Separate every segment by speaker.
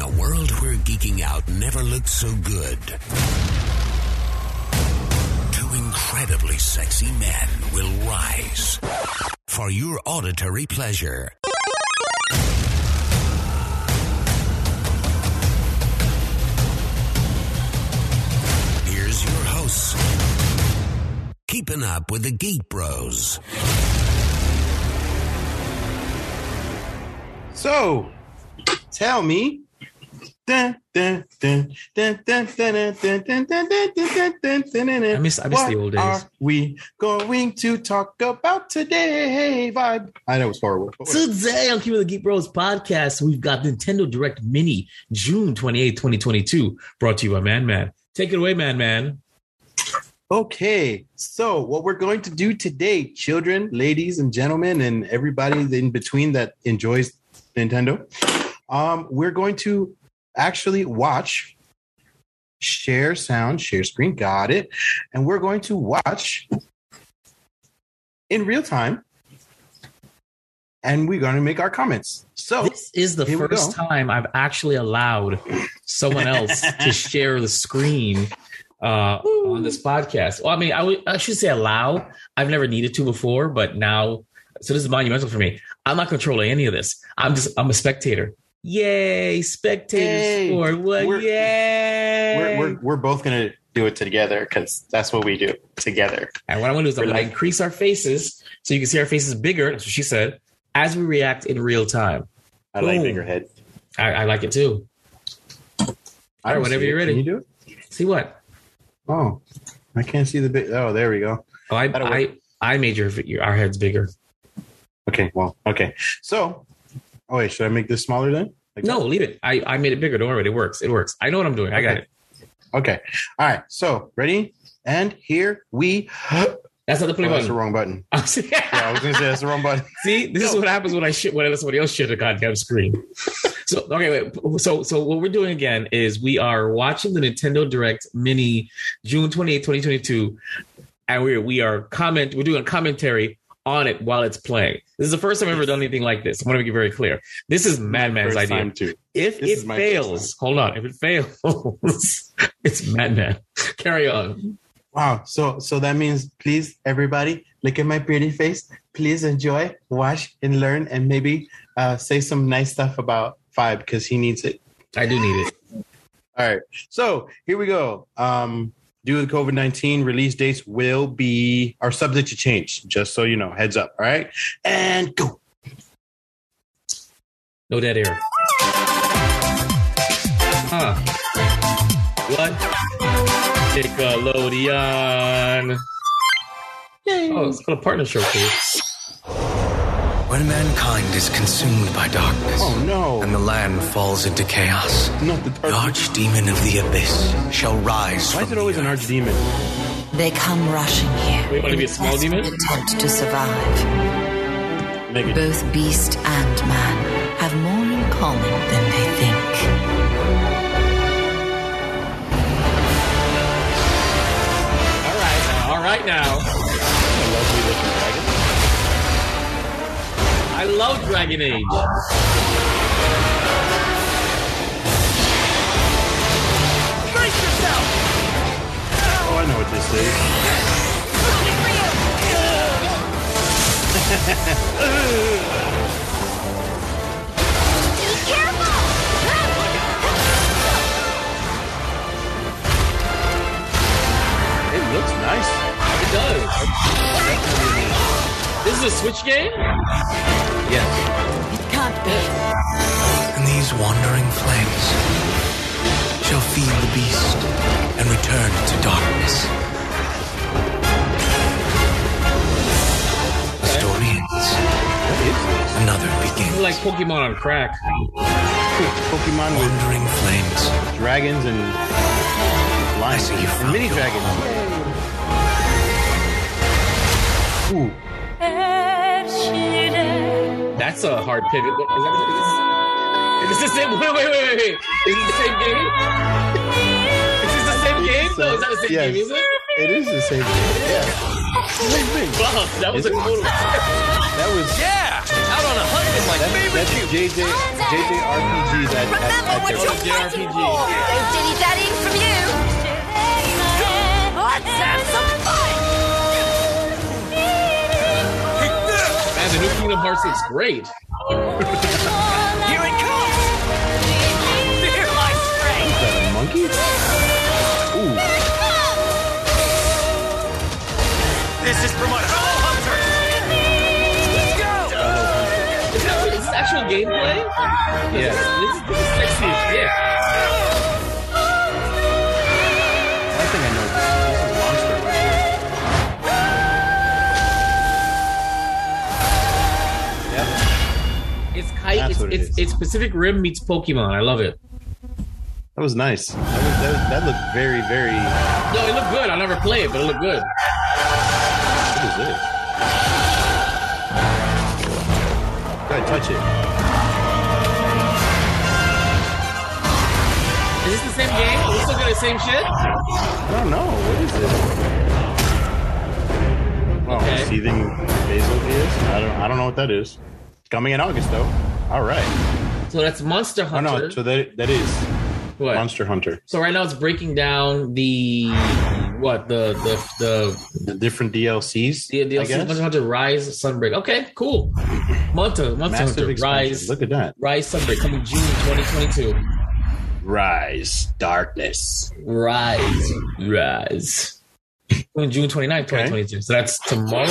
Speaker 1: a world where geeking out never looked so good. Two incredibly sexy men will rise for your auditory pleasure. Here's your hosts, keeping up with the Geek Bros.
Speaker 2: So, tell me. I
Speaker 3: I miss- I miss the old days.
Speaker 2: Are we going to talk about today? Vibe. I know it's horrible. but whatever.
Speaker 3: Today on Keep with the Geek Bros podcast, we've got Nintendo Direct Mini, June 28, 2022, brought to you by Man Man. Take it away, Man Man.
Speaker 2: Okay, so what we're going to do today, children, ladies, and gentlemen, and everybody in between that enjoys Nintendo, um, we're going to actually watch share sound, share screen, got it, and we're going to watch in real time, and we're going to make our comments. So
Speaker 3: This is the
Speaker 2: Oh. Here we
Speaker 3: first
Speaker 2: go.
Speaker 3: time I've actually allowed someone else to share the screen uh, on this podcast. Well, I mean, I would- I should say allow. I've never needed to before, but now, so this is monumental for me. I'm not controlling any of this. I'm just, I'm a spectator. Yay, spectator
Speaker 2: Yay.
Speaker 3: score. What?
Speaker 2: We're-
Speaker 3: yay.
Speaker 2: we're, we're, we're both going to do it together because that's what we do together.
Speaker 3: And what I'm going to do is I'm
Speaker 2: We're
Speaker 3: going to
Speaker 2: live.
Speaker 3: increase our faces so you can see our faces bigger. That's what she said. As we react in real time,
Speaker 2: I like
Speaker 3: Boom.
Speaker 2: bigger head.
Speaker 3: I, I like it too. All right,
Speaker 2: don't
Speaker 3: whenever
Speaker 2: see it.
Speaker 3: you're ready.
Speaker 2: Can you do it?
Speaker 3: See what?
Speaker 2: Oh, I can't see the bit. Oh, there we go.
Speaker 3: Oh, I
Speaker 2: That'll work.
Speaker 3: I, I made your, your our heads bigger.
Speaker 2: Okay, well, okay. So, oh wait, should I make this smaller then? Like
Speaker 3: No, leave it. I, I made it bigger. Don't worry, it works. It works. I know what I'm doing. I got
Speaker 2: Okay.
Speaker 3: it.
Speaker 2: that? Okay. All right. So, ready? And here we. Oh,
Speaker 3: That's not the play
Speaker 2: that's the
Speaker 3: button.
Speaker 2: wrong button.
Speaker 3: I'm see,
Speaker 2: Yeah, I was gonna say that's the wrong button.
Speaker 3: see, this is what happens when I shit when I let somebody else shit a goddamn screen. so okay, wait. So so what we're doing again is we are watching the Nintendo Direct Mini, June 28, 2022, and we we are comment we're doing a commentary on it while it's playing. This is the first time I've ever done anything like this. I want to make it very clear. This is Madman's
Speaker 2: First
Speaker 3: idea.
Speaker 2: time too.
Speaker 3: If
Speaker 2: This is
Speaker 3: it
Speaker 2: my
Speaker 3: fails, hold on. If it fails, it's Madman. Carry on.
Speaker 2: Wow. So, so that means please, everybody, look at my pretty face. Please enjoy, watch, and learn, and maybe uh, say some nice stuff about Five because he needs it.
Speaker 3: I do need it.
Speaker 2: All right. So here we go. Um, due to COVID 19, release dates will be are subject to change, just so you know. Heads up. All right. And go.
Speaker 3: No dead air. Huh. What? Nickelodeon. Oh, it's called a partner showcase.
Speaker 4: When mankind is consumed by darkness
Speaker 2: Oh, no.
Speaker 4: and the land falls into chaos,
Speaker 2: Not the
Speaker 4: the
Speaker 2: target.
Speaker 4: archdemon of the abyss shall rise. from
Speaker 2: Why is it
Speaker 4: the
Speaker 2: always an
Speaker 4: earth.
Speaker 2: archdemon?
Speaker 5: They come rushing here.
Speaker 3: Wait, wanna
Speaker 5: in
Speaker 3: be a small
Speaker 5: desperate
Speaker 3: demon?
Speaker 5: Attempt to survive.
Speaker 2: Mega.
Speaker 5: Both beast and man have more in common than they think.
Speaker 3: All right now. All right now. I love Dragon Age.
Speaker 2: Oh, I know what this is. It looks nice.
Speaker 3: It does. This is a Switch game?
Speaker 2: Yes.
Speaker 5: It can't be.
Speaker 4: And these wandering flames shall feed the beast and return to darkness. The story ends. Another
Speaker 3: This
Speaker 4: begins.
Speaker 3: is like Pokemon on crack.
Speaker 2: Pokemon with
Speaker 4: Wandering flames.
Speaker 2: dragons and lions
Speaker 4: see you
Speaker 2: and
Speaker 4: found
Speaker 2: mini
Speaker 4: your
Speaker 2: dragons. Ooh,
Speaker 3: That's a hard pivot. Is, that, is, this, is this the same? Wait, wait, wait, wait, wait. Is this the same game? Is this the same game? No, it's not the same
Speaker 2: Yes.
Speaker 3: game, is it?
Speaker 2: it is the same. Yeah.
Speaker 3: Wow, that was a cool
Speaker 2: That was
Speaker 6: Yeah, out on a hunt with my
Speaker 2: that,
Speaker 6: favorite
Speaker 2: that's JJ JJ RPG that
Speaker 7: Remember
Speaker 2: that-
Speaker 7: what
Speaker 2: that-
Speaker 7: you're fighting
Speaker 3: JRPG.
Speaker 7: for. No dilly dallying from you. Let's have some fun.
Speaker 3: man. The new Kingdom Hearts looks great.
Speaker 6: Here it comes.
Speaker 7: Fear my strength.
Speaker 2: Is that a monkey? Ooh,
Speaker 6: This is for my fellow hunters. Let's go.
Speaker 3: Is that really actual gameplay? Yeah, this, this is sexy as shit.
Speaker 2: I think I know this. This is Monster right here. Yep.
Speaker 3: It's kite.
Speaker 2: That's
Speaker 3: It's,
Speaker 2: what it
Speaker 3: it's,
Speaker 2: is.
Speaker 3: it's Pacific Rim meets Pokemon. I love it.
Speaker 2: That was nice. That, was, that, was, that looked very, very. What
Speaker 3: No, it looked good. I'll never play it, but it looked good.
Speaker 2: is this? Go ahead, touch it.
Speaker 3: Is this the same game? Are we still doing the same shit?
Speaker 2: I don't know. What is this? Well,
Speaker 3: Okay.
Speaker 2: seething basil is. I don't. I don't know what that is. It's coming in August though. All right.
Speaker 3: So that's Monster
Speaker 2: Oh
Speaker 3: Hunter.
Speaker 2: no. So that that is
Speaker 3: what?
Speaker 2: Monster Hunter.
Speaker 3: So right now it's breaking down the what the the
Speaker 2: The different DLCs.
Speaker 3: the the, the
Speaker 2: I guess.
Speaker 3: Monster Hunter Rise Sunbreak. Okay, cool. Monster Monster
Speaker 2: Massive
Speaker 3: Hunter
Speaker 2: expansion.
Speaker 3: Rise
Speaker 2: Look at that.
Speaker 3: Rise Sunbreak coming June 2022.
Speaker 2: Rise, darkness.
Speaker 3: Rise Rise coming June 29th, 2022. So that's tomorrow.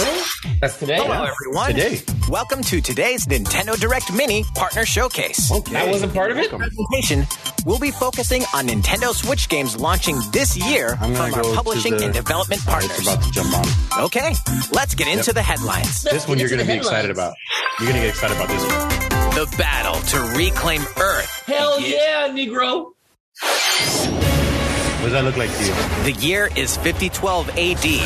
Speaker 3: That's today.
Speaker 6: Hello, everyone.
Speaker 2: Today.
Speaker 6: Welcome to today's Nintendo Direct Mini Partner Showcase.
Speaker 2: Okay.
Speaker 3: I wasn't part of it.
Speaker 6: presentation, we'll be focusing on Nintendo Switch games launching this year
Speaker 2: I'm
Speaker 6: from
Speaker 2: gonna
Speaker 6: our
Speaker 2: go to
Speaker 6: publishing
Speaker 2: the-
Speaker 6: and development
Speaker 2: Oh, it's
Speaker 6: partners.
Speaker 2: about to jump on.
Speaker 6: Okay, let's get into the headlines.
Speaker 2: This one you're
Speaker 3: Into
Speaker 2: going to
Speaker 3: the
Speaker 2: be excited
Speaker 3: headlines.
Speaker 2: about. You're going to get excited about this one.
Speaker 6: The battle to reclaim Earth.
Speaker 3: Hell yeah, Negro.
Speaker 2: What does that look like to you?
Speaker 6: The year is 5012 AD.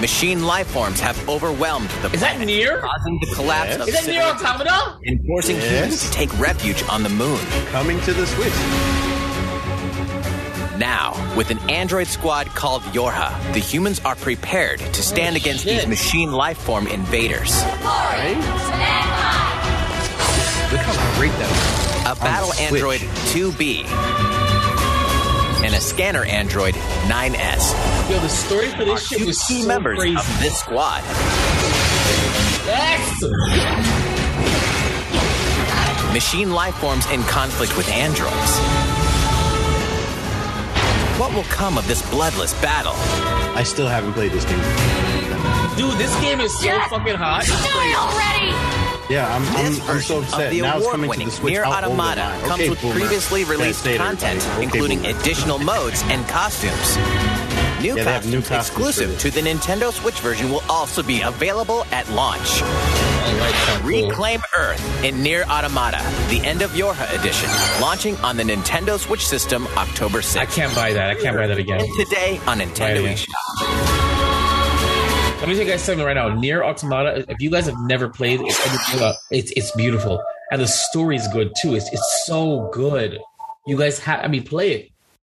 Speaker 6: Machine lifeforms have overwhelmed the
Speaker 3: Is that
Speaker 6: planet,
Speaker 3: near?
Speaker 6: causing the collapse
Speaker 2: Yes.
Speaker 6: of
Speaker 3: Is that near
Speaker 6: civilization
Speaker 3: Automata?
Speaker 6: and forcing
Speaker 2: Yes.
Speaker 6: humans to take refuge on the moon.
Speaker 2: Coming to the Switch.
Speaker 6: Now, with an android squad called Yorha, the humans are prepared to stand
Speaker 3: Oh,
Speaker 6: against
Speaker 3: shit.
Speaker 6: these machine lifeform invaders.
Speaker 2: Look how great that
Speaker 6: A battle
Speaker 2: Switch.
Speaker 6: android 2B. And a scanner android 9S
Speaker 3: Yo, the story for
Speaker 6: are
Speaker 3: this shit
Speaker 6: two
Speaker 3: was
Speaker 6: key
Speaker 3: so
Speaker 6: members
Speaker 3: crazy.
Speaker 6: of this squad.
Speaker 3: Yes!
Speaker 6: Machine lifeforms in conflict with androids. What will come of this bloodless battle?
Speaker 2: is. I still haven't played this game.
Speaker 3: Dude, this game is so fucking hot.
Speaker 7: Do it already.
Speaker 2: Yeah, I'm,
Speaker 6: This
Speaker 2: I'm, I'm so
Speaker 6: version
Speaker 2: upset.
Speaker 6: of the
Speaker 2: Now it's coming to
Speaker 6: award-winning
Speaker 2: the Switch.
Speaker 6: Near
Speaker 2: How old am
Speaker 6: Automata
Speaker 2: I?
Speaker 6: comes
Speaker 2: Okay,
Speaker 6: with
Speaker 2: boomer.
Speaker 6: previously
Speaker 2: Yeah,
Speaker 6: released
Speaker 2: say it, everybody.
Speaker 6: content,
Speaker 2: Okay,
Speaker 6: including
Speaker 2: boomer.
Speaker 6: additional modes and costumes. New
Speaker 2: Yeah, they have
Speaker 6: costumes,
Speaker 2: new costumes for
Speaker 6: exclusive
Speaker 2: this.
Speaker 6: to the Nintendo Switch version will also be available at launch.
Speaker 3: All right, so cool.
Speaker 6: Reclaim Earth in Near Automata, the end of Yorha edition, launching on the Nintendo Switch system October
Speaker 3: I
Speaker 6: 6th.
Speaker 3: can't buy that. I can't buy that again.
Speaker 6: And today on Nintendo
Speaker 3: Right.
Speaker 6: eShop.
Speaker 3: Let me tell you guys something right now. Near Automata, if you guys have never played it, it's, uh, it's, it's beautiful. And the story's good too. It's, it's so good. You guys have, I mean, play it.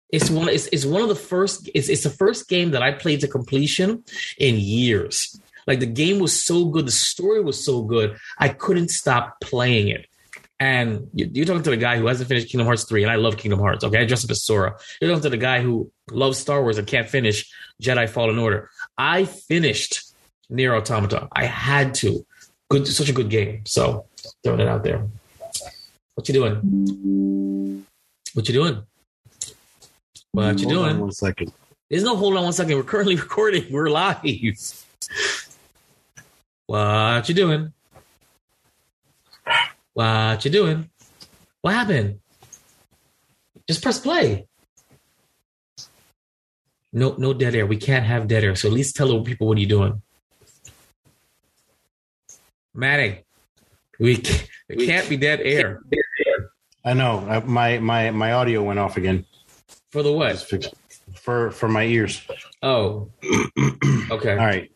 Speaker 3: It's one, it's, it's one of the first, it's, it's the first game that I played to completion in years. Like the game was so good, the story was so good, I couldn't stop playing it. And you- you're talking to the guy who hasn't finished Kingdom Hearts 3, and I love Kingdom Hearts. Okay, I dress up as Sora. You're talking to the guy who loves Star Wars and can't finish Jedi Fallen Order. I finished Near Automata. I had to. Good, such a good game. So throwing it out there. What you doing? What you doing? What you
Speaker 2: Hold on
Speaker 3: doing?
Speaker 2: One second.
Speaker 3: There's no hold on one second. We're currently recording. We're live. What you doing? What you doing? What happened? Just press play. No, no dead air. We can't have dead air. So at least tell the people what you're doing. Manning, we can't, it can't be dead air.
Speaker 2: I know. I, my my my audio went off again.
Speaker 3: For the
Speaker 2: Just
Speaker 3: what?
Speaker 2: fix for for my ears.
Speaker 3: Oh, okay.
Speaker 2: All right.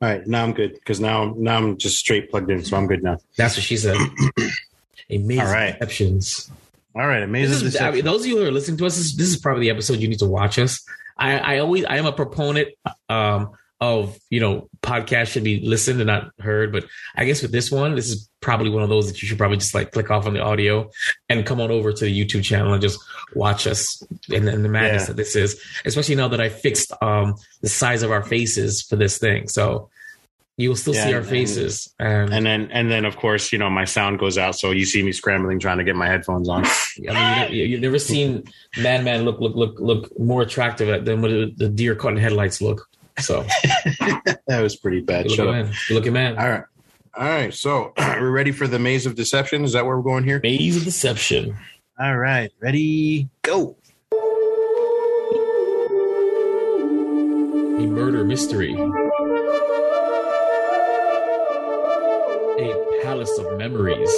Speaker 2: All right, now I'm good because now now I'm just straight plugged in, so I'm good now.
Speaker 3: That's what she said. Amazing
Speaker 2: All right.
Speaker 3: exceptions.
Speaker 2: All right, amazing.
Speaker 3: This is, I mean, those of you who are listening to us, this, this is probably the episode you need to watch us. I, I always I am a proponent um, of you know podcasts should be listened and not heard. But I guess with this one, this is probably one of those that you should probably just like click off on the audio and come on over to the YouTube channel and just watch us and, and the madness
Speaker 2: Yeah.
Speaker 3: that this is. Especially now that I fixed um the size of our faces for this thing, so you will still
Speaker 2: Yeah,
Speaker 3: see our
Speaker 2: and-
Speaker 3: faces. And,
Speaker 2: And then, and then, of course, you know, my sound goes out, so you see me scrambling trying to get my headphones on.
Speaker 3: I mean, you, you've never seen Man Man look look look look more attractive at- than what the deer caught in headlights look. So
Speaker 2: That was pretty bad.
Speaker 3: good
Speaker 2: Shut
Speaker 3: looking
Speaker 2: up.
Speaker 3: man, good looking man.
Speaker 2: All right, all right. So we're ready for the maze of deception. Is that where we're going here?
Speaker 3: Maze of Deception.
Speaker 2: All right, ready, go.
Speaker 3: a murder mystery, a palace of memories,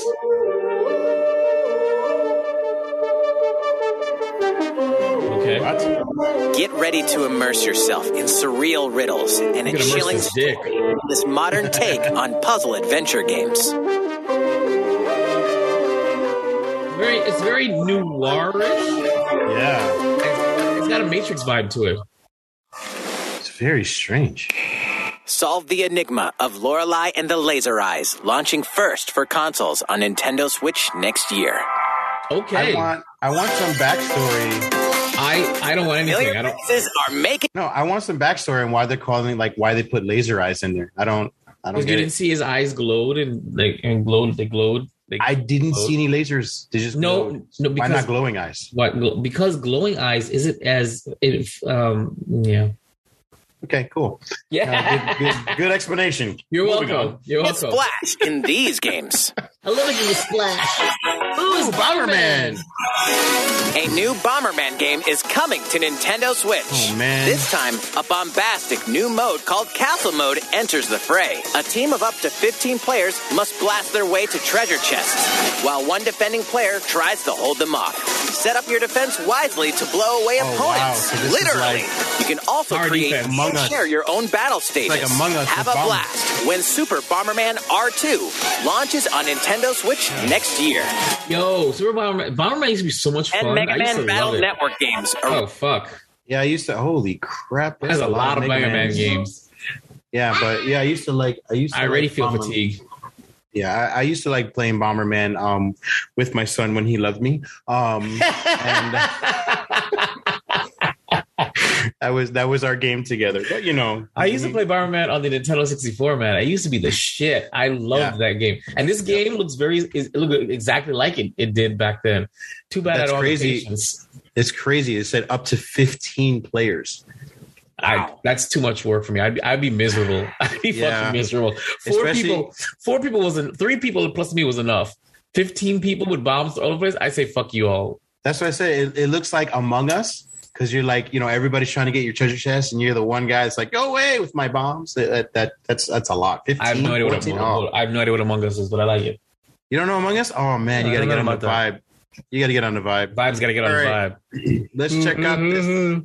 Speaker 3: okay, I'm
Speaker 2: What?
Speaker 6: Get ready to immerse yourself in surreal riddles and a
Speaker 3: gonna immerse
Speaker 6: chilling
Speaker 3: this dick.
Speaker 6: story. in This modern take on puzzle adventure games.
Speaker 3: Very, it's very noirish.
Speaker 2: Yeah,
Speaker 3: It's got a Matrix vibe to it.
Speaker 2: it's very strange.
Speaker 6: Solve the enigma of Lorelei and the Laser Eyes, launching first for consoles on Nintendo Switch next year.
Speaker 3: Okay,
Speaker 2: I want, I want some backstory.
Speaker 3: I I don't want anything. I
Speaker 6: Familiar
Speaker 3: don't.
Speaker 6: faces are making.
Speaker 2: No, I want some backstory on why they're calling, like, why they put laser eyes in there. I don't, I don't
Speaker 3: Because you
Speaker 2: get
Speaker 3: didn't
Speaker 2: it.
Speaker 3: see his eyes glowed and like and glowed. They glowed. They,
Speaker 2: I didn't see any lasers. They just
Speaker 3: No,
Speaker 2: glowed.
Speaker 3: no,
Speaker 2: why
Speaker 3: because-
Speaker 2: not glowing eyes?
Speaker 3: what gl- because glowing eyes isn't as if um yeah
Speaker 2: Okay, cool. Uh, good, good, good explanation.
Speaker 3: You're
Speaker 2: Moving
Speaker 3: welcome. You're
Speaker 6: It's
Speaker 3: welcome.
Speaker 6: Splash in these games.
Speaker 3: I love it when you splash.
Speaker 2: Ooh, Bomberman.
Speaker 6: A new Bomberman game is coming to Nintendo Switch.
Speaker 2: Oh, man.
Speaker 6: This time, a bombastic new mode called Castle Mode enters the fray. A team of up to 15 players must blast their way to treasure chests, while one defending player tries to hold them off. Set up your defense wisely to blow away
Speaker 2: Oh, wow.
Speaker 6: opponents.
Speaker 2: So this is
Speaker 6: Literally.
Speaker 2: like
Speaker 6: you can also
Speaker 3: our
Speaker 6: create
Speaker 3: defense.
Speaker 2: Among
Speaker 6: and
Speaker 2: Us.
Speaker 6: share your own battle stages.
Speaker 2: like Among Us
Speaker 6: Have
Speaker 2: with
Speaker 6: a
Speaker 2: bomb-
Speaker 6: blast when Super Bomberman R2 launches on Nintendo Switch next year.
Speaker 3: Yo, Super Bomberman. Bomberman used to be so much fun.
Speaker 6: And Mega
Speaker 3: I used to
Speaker 6: Man Battle
Speaker 3: love it.
Speaker 6: Network games are
Speaker 3: Oh fuck!
Speaker 2: Yeah, I used to. Holy crap!
Speaker 3: There's a lot of Mega Man
Speaker 2: Mans.
Speaker 3: games.
Speaker 2: Yeah, but yeah, I used to like. I used. To
Speaker 3: I already
Speaker 2: like um,
Speaker 3: feel
Speaker 2: Bomber-
Speaker 3: fatigued.
Speaker 2: Yeah, I, I used to like playing Bomberman um with my son when he loved me. Um, and that was that was our game together. But you know,
Speaker 3: I used to play Bomberman on the Nintendo 64, man. I used to be the shit. I loved that game. And this game looks very is, it look exactly like it, it did back then. Too bad
Speaker 2: That's
Speaker 3: I don't
Speaker 2: crazy.
Speaker 3: have the patience.
Speaker 2: It's crazy. It said up to fifteen players.
Speaker 3: I, that's too much work for me. I'd be, I'd be miserable. I'd be
Speaker 2: Yeah.
Speaker 3: fucking miserable. Four
Speaker 2: Especially-
Speaker 3: people, four people wasn't three people plus me was enough. Fifteen people with bombs all over the place. I say fuck you all.
Speaker 2: That's what I said. It, it looks like Among Us because you're like you know everybody's trying to get your treasure chest, and you're the one guy that's like, go away with my bombs. That, that, that that's that's a lot. 15,
Speaker 3: I have no idea what
Speaker 2: 14?
Speaker 3: Among,
Speaker 2: Oh.
Speaker 3: I have no idea what Among Us is, but I like it.
Speaker 2: You don't know Among Us? Oh man,
Speaker 3: No,
Speaker 2: you gotta
Speaker 3: I don't
Speaker 2: get
Speaker 3: know
Speaker 2: on the
Speaker 3: about
Speaker 2: vibe. You gotta get on the vibe.
Speaker 3: Vibe's got to get on
Speaker 2: All
Speaker 3: the
Speaker 2: right.
Speaker 3: vibe. Mm-hmm.
Speaker 2: Let's check out this,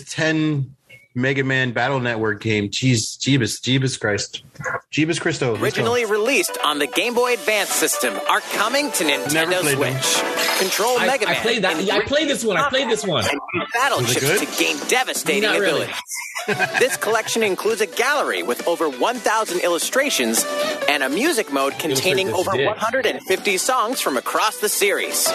Speaker 2: this ten Mega Man Battle Network game. Jeez, Jeebus, Jeebus Christ, Jeebus Christo. Let's go.
Speaker 6: originally released on the Game Boy Advance system, are coming to
Speaker 2: Never
Speaker 6: Nintendo
Speaker 2: played them.
Speaker 6: Switch. Control
Speaker 3: I,
Speaker 6: Mega Man.
Speaker 3: I played that.
Speaker 6: and
Speaker 3: yeah, I played this one. I played this one.
Speaker 6: and use battleships
Speaker 2: good?
Speaker 6: to gain devastating
Speaker 3: Not really.
Speaker 6: abilities. this collection includes a gallery with over 1,000 illustrations and a music mode containing
Speaker 3: this
Speaker 6: over
Speaker 3: dick.
Speaker 6: 150 songs from across the series.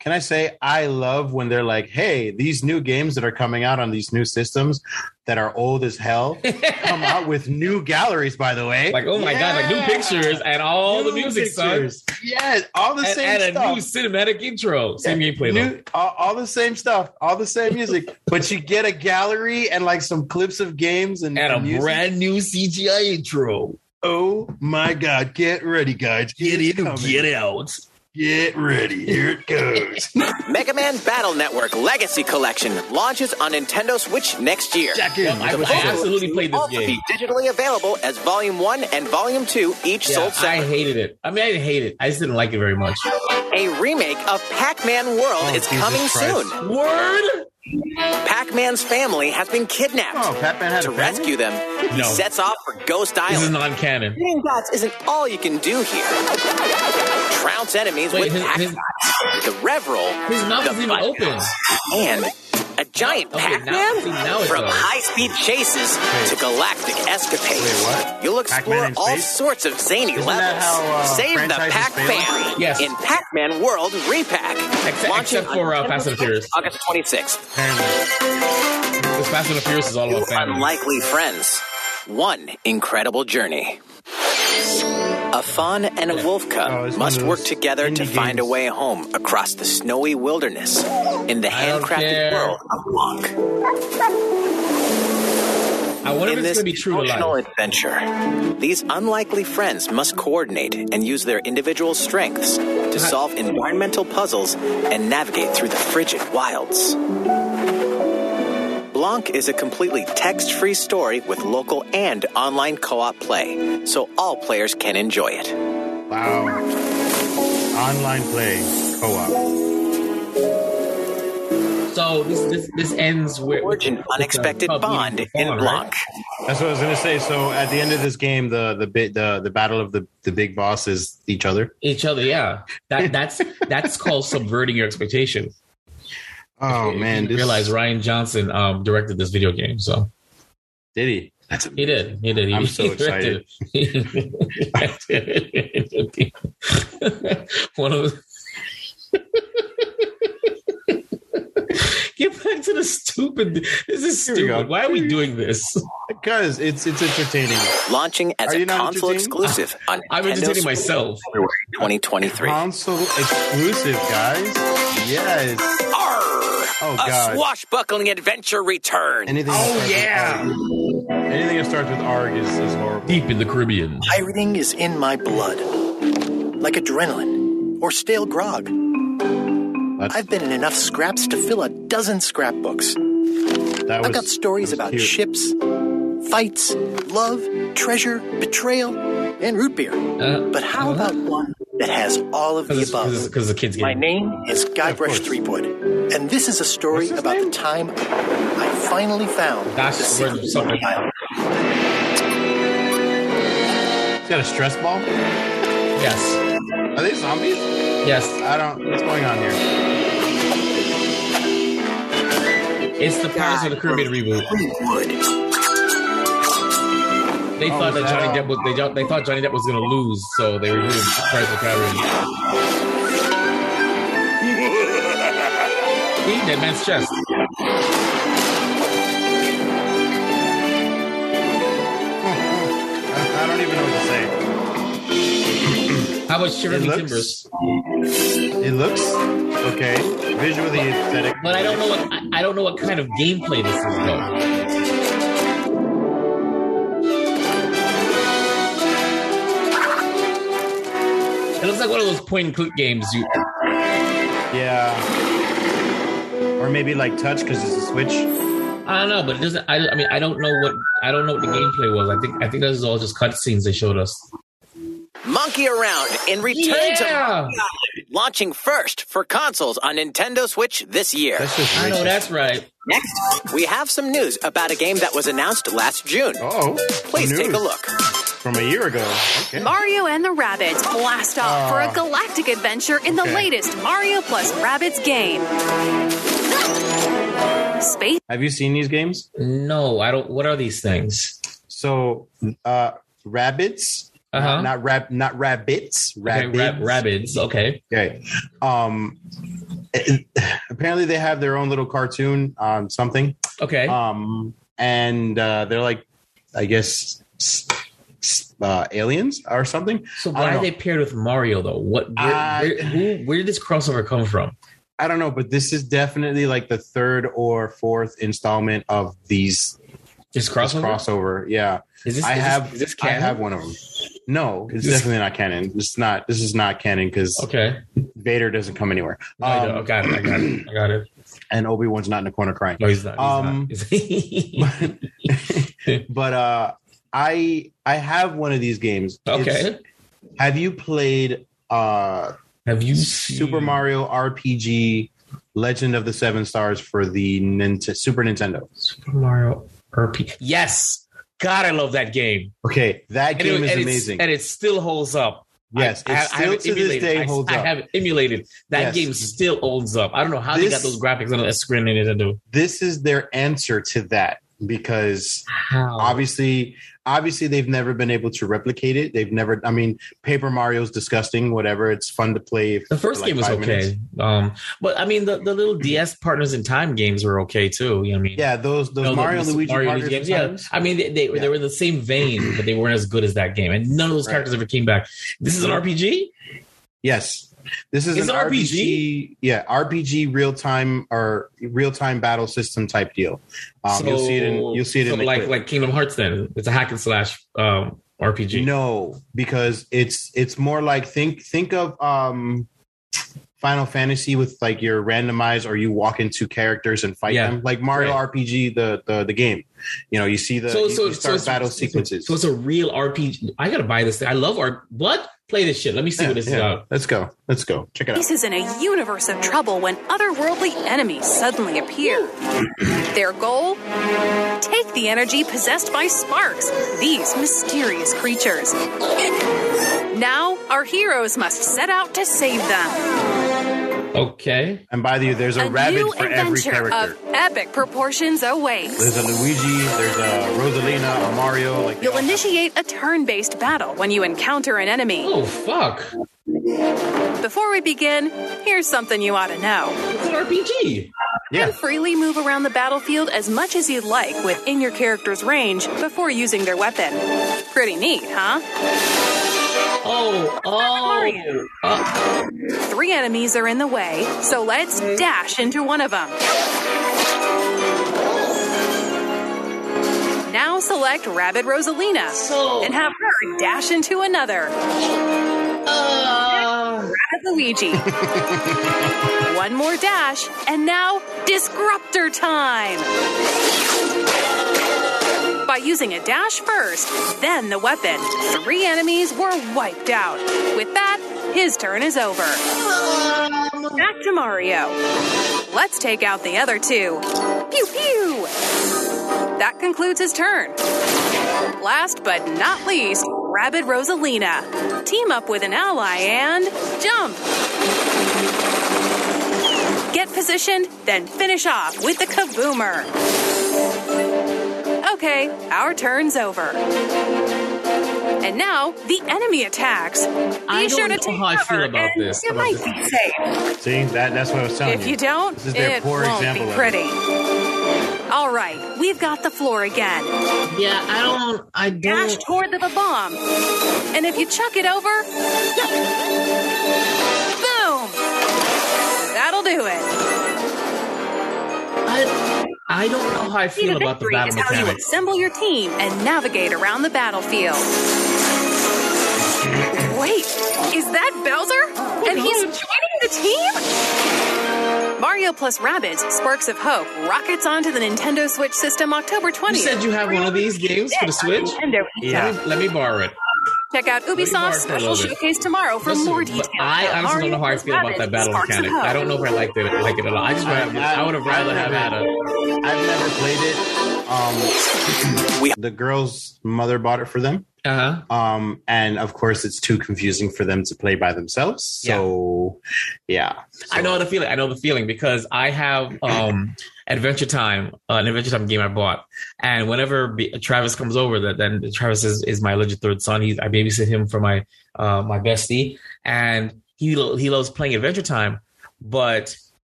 Speaker 2: Can I say I love when they're like, "Hey, these new games that are coming out on these new systems that are old as hell come out with new galleries." By the way,
Speaker 3: Like, oh my god, like new pictures and all the
Speaker 2: New
Speaker 3: music,
Speaker 2: pictures. Yes, all the
Speaker 3: son, and,
Speaker 2: same
Speaker 3: and
Speaker 2: stuff.
Speaker 3: a new cinematic intro. Same gameplay. though.
Speaker 2: New, all, all the same stuff, all the same music, but you get a gallery and like some clips of games and,
Speaker 3: and a
Speaker 2: music.
Speaker 3: brand new CGI intro.
Speaker 2: Oh my God! Get ready, guys! Get in!
Speaker 3: Get out.
Speaker 2: Get ready! Here it goes!
Speaker 6: Mega Man Battle Network Legacy Collection launches on Nintendo Switch next year.
Speaker 2: Jack in!
Speaker 3: I,
Speaker 2: with the
Speaker 3: I
Speaker 2: ball.
Speaker 3: absolutely played this
Speaker 6: also
Speaker 3: game.
Speaker 6: be digitally available as Volume 1 and Volume 2 each
Speaker 3: Yeah,
Speaker 6: sold
Speaker 3: I
Speaker 6: separately.
Speaker 3: hated it. I mean, I didn't hate it. I just didn't like it very much.
Speaker 6: A remake of Pac-Man World
Speaker 2: Oh,
Speaker 6: is
Speaker 2: Jesus
Speaker 6: coming
Speaker 2: Christ.
Speaker 6: soon.
Speaker 3: Word.
Speaker 6: Pac-Man's family has been kidnapped.
Speaker 2: Oh, Pac-Man had
Speaker 6: to
Speaker 2: a family?
Speaker 6: rescue them, he
Speaker 3: No.
Speaker 6: sets off for Ghost
Speaker 3: This is
Speaker 6: Island.
Speaker 3: non-canon.
Speaker 6: Shooting dots isn't all you can do here. Trounce enemies
Speaker 3: Wait,
Speaker 6: with
Speaker 3: his-
Speaker 6: pack
Speaker 3: his-
Speaker 6: dots, the Rev Roll,
Speaker 3: His mouth
Speaker 6: the
Speaker 3: isn't even
Speaker 6: butt
Speaker 3: open.
Speaker 6: dots, and a giant
Speaker 3: Okay, now-
Speaker 6: Pac-Man?
Speaker 3: see, now it
Speaker 6: From
Speaker 3: goes.
Speaker 6: high-speed chases to galactic escapades,
Speaker 2: what?
Speaker 6: you'll
Speaker 2: Pac-Man
Speaker 6: explore
Speaker 2: in
Speaker 6: all
Speaker 2: space?
Speaker 6: sorts of zany
Speaker 2: Isn't that
Speaker 6: levels.
Speaker 2: how, uh,
Speaker 6: Save the
Speaker 2: franchises
Speaker 6: Pac
Speaker 2: fail?
Speaker 6: fan
Speaker 3: Yes.
Speaker 6: in Pac-Man World Repack.
Speaker 3: Except,
Speaker 6: Launching
Speaker 3: except for uh, Fast and the Furious.
Speaker 6: August 26th.
Speaker 2: Apparently.
Speaker 3: Because Fast and the Furious is all
Speaker 6: Two
Speaker 3: about family.
Speaker 6: unlikely friends. One incredible journey. A fawn and a wolf
Speaker 2: Oh,
Speaker 6: cub
Speaker 2: it's one
Speaker 6: must
Speaker 2: of those
Speaker 6: work together to
Speaker 2: indie
Speaker 6: find a
Speaker 2: games.
Speaker 6: way home across the snowy wilderness in the
Speaker 3: I don't
Speaker 6: handcrafted
Speaker 3: care.
Speaker 6: world of Wonk.
Speaker 3: I wonder if
Speaker 6: In
Speaker 3: it's
Speaker 6: this
Speaker 3: going to be true to
Speaker 6: emotional
Speaker 3: life.
Speaker 6: adventure, these unlikely friends must coordinate and use their individual strengths to solve environmental puzzles and navigate through the frigid wilds. Blanc is a completely text free story with local and online co op play, so all players can enjoy it.
Speaker 2: Wow. Online play co-op.
Speaker 3: So this this this ends with
Speaker 6: Forge an
Speaker 3: with the
Speaker 6: unexpected
Speaker 3: pub meeting
Speaker 6: bond
Speaker 3: with the
Speaker 6: in
Speaker 3: fawn,
Speaker 6: Blanc.
Speaker 3: right?
Speaker 2: That's what I was gonna say. So at the end of this game, the the bit the the battle of the the big boss is each other.
Speaker 3: Each other, yeah. That that's that's called subverting your expectation.
Speaker 2: Oh
Speaker 3: If
Speaker 2: man,
Speaker 3: you
Speaker 2: this,
Speaker 3: realize Ryan Johnson um, directed this video game, so
Speaker 2: did he? That's
Speaker 3: he did, he did. He,
Speaker 2: I'm so
Speaker 3: he directed it. One of the- Get back to the stupid. This is
Speaker 2: Here we go.
Speaker 3: stupid. Why are we doing this?
Speaker 2: because it's it's entertaining.
Speaker 6: Launching as
Speaker 2: Are you
Speaker 6: a
Speaker 2: not
Speaker 6: console
Speaker 2: entertained?
Speaker 6: exclusive on
Speaker 3: I'm
Speaker 6: Nintendo
Speaker 3: entertaining
Speaker 6: Switch
Speaker 3: myself.
Speaker 6: February 2023.
Speaker 2: Console exclusive, guys. Yes.
Speaker 6: Arr!
Speaker 2: Oh,
Speaker 6: a
Speaker 2: God.
Speaker 6: swashbuckling adventure return.
Speaker 2: Anything.
Speaker 3: Oh,
Speaker 2: that starts with arg- anything that starts with arg is, is horrible.
Speaker 3: Deep in the Caribbean.
Speaker 8: Pirating is in my blood, like adrenaline or stale grog. I've been in enough scraps to fill a dozen scrapbooks.
Speaker 2: That was,
Speaker 8: I've got stories
Speaker 2: that was
Speaker 8: about
Speaker 2: cute.
Speaker 8: ships, fights, love, treasure, betrayal, and root beer. but how about one that has all of the above?
Speaker 3: Because the kids
Speaker 8: My
Speaker 3: get
Speaker 8: name is Guybrush Threepwood, and this is a story about the time I finally found
Speaker 3: That's
Speaker 8: the
Speaker 3: where
Speaker 8: secret
Speaker 3: something-
Speaker 8: Lonely Island.
Speaker 2: Is that a stress ball?
Speaker 3: Yes.
Speaker 2: Are they zombies?
Speaker 3: Yes.
Speaker 2: I don't. What's going on here?
Speaker 3: It's the Pirates of the Caribbean reboot. They
Speaker 2: Oh,
Speaker 3: thought
Speaker 2: is
Speaker 3: that
Speaker 2: that
Speaker 3: Johnny
Speaker 2: all?
Speaker 3: Depp was they, jo- they thought Johnny Depp was gonna lose, so they rebooted Pirates of the Caribbean. See, Dead man's chest.
Speaker 2: I, I don't even know what to say.
Speaker 3: How about Shivering
Speaker 2: It looks-
Speaker 3: Timbers?
Speaker 2: It looks okay. Visually aesthetic.
Speaker 3: But I don't know what I, I don't know what kind of gameplay this is though. It looks like one of those point and click games. You
Speaker 2: Yeah. Or maybe like touch because it's a switch.
Speaker 3: I don't know, but it doesn't. I, I mean, I don't know what I don't know what the gameplay was. I think I think this is all just cutscenes they showed us.
Speaker 6: Monkey around in Return to
Speaker 3: Yeah,
Speaker 6: launching first for consoles on Nintendo Switch this year.
Speaker 2: That's just.
Speaker 3: I know that's right.
Speaker 6: Next, we have some news about a game that was announced last June.
Speaker 2: Oh,
Speaker 6: Please take a look.
Speaker 2: from a year ago. Okay.
Speaker 9: Mario and the Rabbits blast off for
Speaker 2: Ah.
Speaker 9: a galactic adventure in
Speaker 2: Okay.
Speaker 9: the latest Mario plus Rabbits game. Space
Speaker 2: Have you seen these games?
Speaker 3: No, I don't. What are these things?
Speaker 2: So, uh, rabbits.
Speaker 3: Uh-huh.
Speaker 2: Not, not rab. Not rabbits.
Speaker 3: Okay,
Speaker 2: Rabbits.
Speaker 3: rab- rabbits. Okay.
Speaker 2: Okay. Um, apparently they have their own little cartoon on something.
Speaker 3: Okay.
Speaker 2: Um, and uh, they're like, I guess, s- s- uh, aliens or something.
Speaker 3: so
Speaker 2: I
Speaker 3: why
Speaker 2: don't
Speaker 3: are
Speaker 2: know.
Speaker 3: they paired with Mario though? What? Where,
Speaker 2: I-
Speaker 3: where, who, where did this crossover come from?
Speaker 2: I don't know, but this is definitely like the third or fourth installment of these
Speaker 3: This
Speaker 2: this
Speaker 3: crossover.
Speaker 2: crossover. Yeah,
Speaker 3: Is this?
Speaker 2: I
Speaker 3: is
Speaker 2: have
Speaker 3: This, is this
Speaker 2: I
Speaker 3: canon?
Speaker 2: have one of them. No, it's
Speaker 3: This-
Speaker 2: definitely not canon. It's not. This is not canon because
Speaker 3: Okay.
Speaker 2: Vader doesn't come anywhere,
Speaker 3: No, I don't. I
Speaker 2: Um,
Speaker 3: got it. I got it. I got it.
Speaker 2: and Obi Wan's not in the corner crying.
Speaker 3: No, he's not.
Speaker 2: Um,
Speaker 3: He's not.
Speaker 2: But uh, I I have one of these games. um, It's-
Speaker 3: okay.
Speaker 2: have you played uh,
Speaker 3: Have you seen-
Speaker 2: Super Mario RPG Legend of the Seven Stars for the Nint- Super Nintendo?
Speaker 3: Super Mario RP? Yes. God, I love that game.
Speaker 2: Okay, that
Speaker 3: And
Speaker 2: game
Speaker 3: it-
Speaker 2: is
Speaker 3: and it's-
Speaker 2: amazing.
Speaker 3: and it still holds up.
Speaker 2: Yes,
Speaker 3: I,
Speaker 2: it
Speaker 3: I
Speaker 2: still
Speaker 3: have
Speaker 2: to this
Speaker 3: emulated.
Speaker 2: day
Speaker 3: I,
Speaker 2: holds
Speaker 3: I
Speaker 2: up.
Speaker 3: have emulated. That
Speaker 2: Yes.
Speaker 3: game still holds up. I don't know how they
Speaker 2: This-
Speaker 3: got those graphics on that screen in Nintendo.
Speaker 2: This is their answer to that because
Speaker 3: How?
Speaker 2: obviously obviously they've never been able to replicate it they've never i mean paper mario's disgusting whatever it's fun to play
Speaker 3: The
Speaker 2: for
Speaker 3: first
Speaker 2: like
Speaker 3: game was
Speaker 2: five minutes.
Speaker 3: okay, um, but I mean the, the little DS Partners in Time games were okay too. You know what I mean,
Speaker 2: yeah those those
Speaker 3: You know, the-
Speaker 2: mario
Speaker 3: the
Speaker 2: luigi
Speaker 3: Mario
Speaker 2: partners
Speaker 3: games, yeah.
Speaker 2: sometimes.
Speaker 3: I mean they they,
Speaker 2: Yeah.
Speaker 3: they were in the same vein, but they weren't as good as that game, and none of those
Speaker 2: Right.
Speaker 3: characters ever came back. This is an RPG.
Speaker 2: yes this is
Speaker 3: It's
Speaker 2: an
Speaker 3: an
Speaker 2: RPG, yeah, RPG real time or real time battle system type deal. Um, you'll see it in you'll see it
Speaker 3: so
Speaker 2: in the
Speaker 3: like
Speaker 2: clip.
Speaker 3: like Kingdom Hearts. Then it's a hack and slash um, RPG.
Speaker 2: No, because it's it's more like think think of um Final Fantasy with like your randomized or you walk into characters and fight
Speaker 3: Yeah.
Speaker 2: them. Like Mario
Speaker 3: Right.
Speaker 2: RPG the, the the game. You know, you see the you, you start
Speaker 3: it's-
Speaker 2: battle
Speaker 3: it's-
Speaker 2: sequences.
Speaker 3: So it's a real RPG. I gotta buy this thing. I love art. What? Play this shit. Let me see
Speaker 2: Yeah,
Speaker 3: what this is
Speaker 2: yeah.
Speaker 3: about.
Speaker 2: Let's go. Let's go. Check it out.
Speaker 9: Ace is in a universe of trouble when otherworldly enemies suddenly appear. Their goal? Take the energy possessed by sparks, these mysterious creatures. Now, our heroes must set out to save them.
Speaker 3: Okay.
Speaker 2: And by the way, there's a, rabbit
Speaker 9: new
Speaker 2: for every
Speaker 9: adventure
Speaker 2: character.
Speaker 9: of epic proportions awaits.
Speaker 2: there's a Luigi, there's a Rosalina, a Mario, like
Speaker 9: You'll initiate a turn based battle when you encounter an enemy.
Speaker 3: Oh fuck!
Speaker 9: Before we begin, here's something you ought to know.
Speaker 3: It's an RPG.
Speaker 2: yeah.
Speaker 9: Freely move around the battlefield as much as you'd like within your character's range before using their weapon. Pretty neat, huh?
Speaker 3: Oh oh. Uh,
Speaker 9: Three enemies are in the way, so let's dash into one of them. Now select Rabbit Rosalina
Speaker 3: So-
Speaker 9: and have her dash into another.
Speaker 3: uh,
Speaker 9: Rabbit Luigi. one more dash, and now disruptor time. By using a dash first, then the weapon, three enemies were wiped out. With that, his turn is over. Back to Mario. Let's take out the other two. Pew pew! That concludes his turn. Last but not least, Rabbit Rosalina. Team up with an ally and jump. Get positioned, then finish off with the kaboomer. Okay, our turn's over. And now the enemy attacks. Be
Speaker 3: I don't
Speaker 9: sure to
Speaker 3: know
Speaker 9: take
Speaker 3: how I feel
Speaker 9: cover,
Speaker 3: about
Speaker 9: and
Speaker 3: this,
Speaker 9: You
Speaker 3: about
Speaker 9: might
Speaker 3: this.
Speaker 9: be safe.
Speaker 2: See that that's what I was telling
Speaker 9: If you don't,
Speaker 2: This is their
Speaker 9: it
Speaker 2: poor
Speaker 9: won't
Speaker 2: example
Speaker 9: be
Speaker 2: of it.
Speaker 9: pretty. All right, we've got the floor again.
Speaker 3: yeah, I don't. I
Speaker 9: Dash
Speaker 3: don't.
Speaker 9: toward the bomb, and if you chuck it over, boom! That'll do it.
Speaker 3: I, I don't know how I
Speaker 9: Key
Speaker 3: feel
Speaker 9: to
Speaker 3: about the
Speaker 9: victory
Speaker 3: battle
Speaker 9: is how you
Speaker 3: mechanics.
Speaker 9: assemble your team and navigate around the battlefield. Wait, is that Bowser? and he's joining the team? Mario plus Rabbids, Sparks of Hope, rockets onto the Nintendo Switch system October 20th.
Speaker 3: You said you have one of these games for the Switch.
Speaker 9: Nintendo.
Speaker 3: Let me, let me borrow it.
Speaker 9: Check out Ubisoft's
Speaker 3: Let me mark that
Speaker 9: special
Speaker 3: over.
Speaker 9: showcase tomorrow for
Speaker 3: Listen,
Speaker 9: more
Speaker 3: but
Speaker 9: details.
Speaker 3: I
Speaker 9: about
Speaker 3: honestly don't know how I
Speaker 9: Mario
Speaker 3: feel about
Speaker 9: Rabbids,
Speaker 3: that battle
Speaker 9: Sparks of
Speaker 3: mechanic. I
Speaker 9: Hope.
Speaker 3: don't know if I liked it, like it at all. I just rather, I, would have rather have had
Speaker 2: Uh-huh.
Speaker 3: a.
Speaker 2: I've never played it. Um, the girl's mother bought it for them.
Speaker 3: Uh huh.
Speaker 2: Um, and of course, it's too confusing for them to play by themselves. So, yeah.
Speaker 3: I know the feeling. I know the feeling because I have um Adventure Time, uh, an Adventure Time game I bought, and whenever B- Travis comes over, that then Travis is, is my alleged third son. He's I babysit him for my uh my bestie, and he lo- he loves playing Adventure Time, but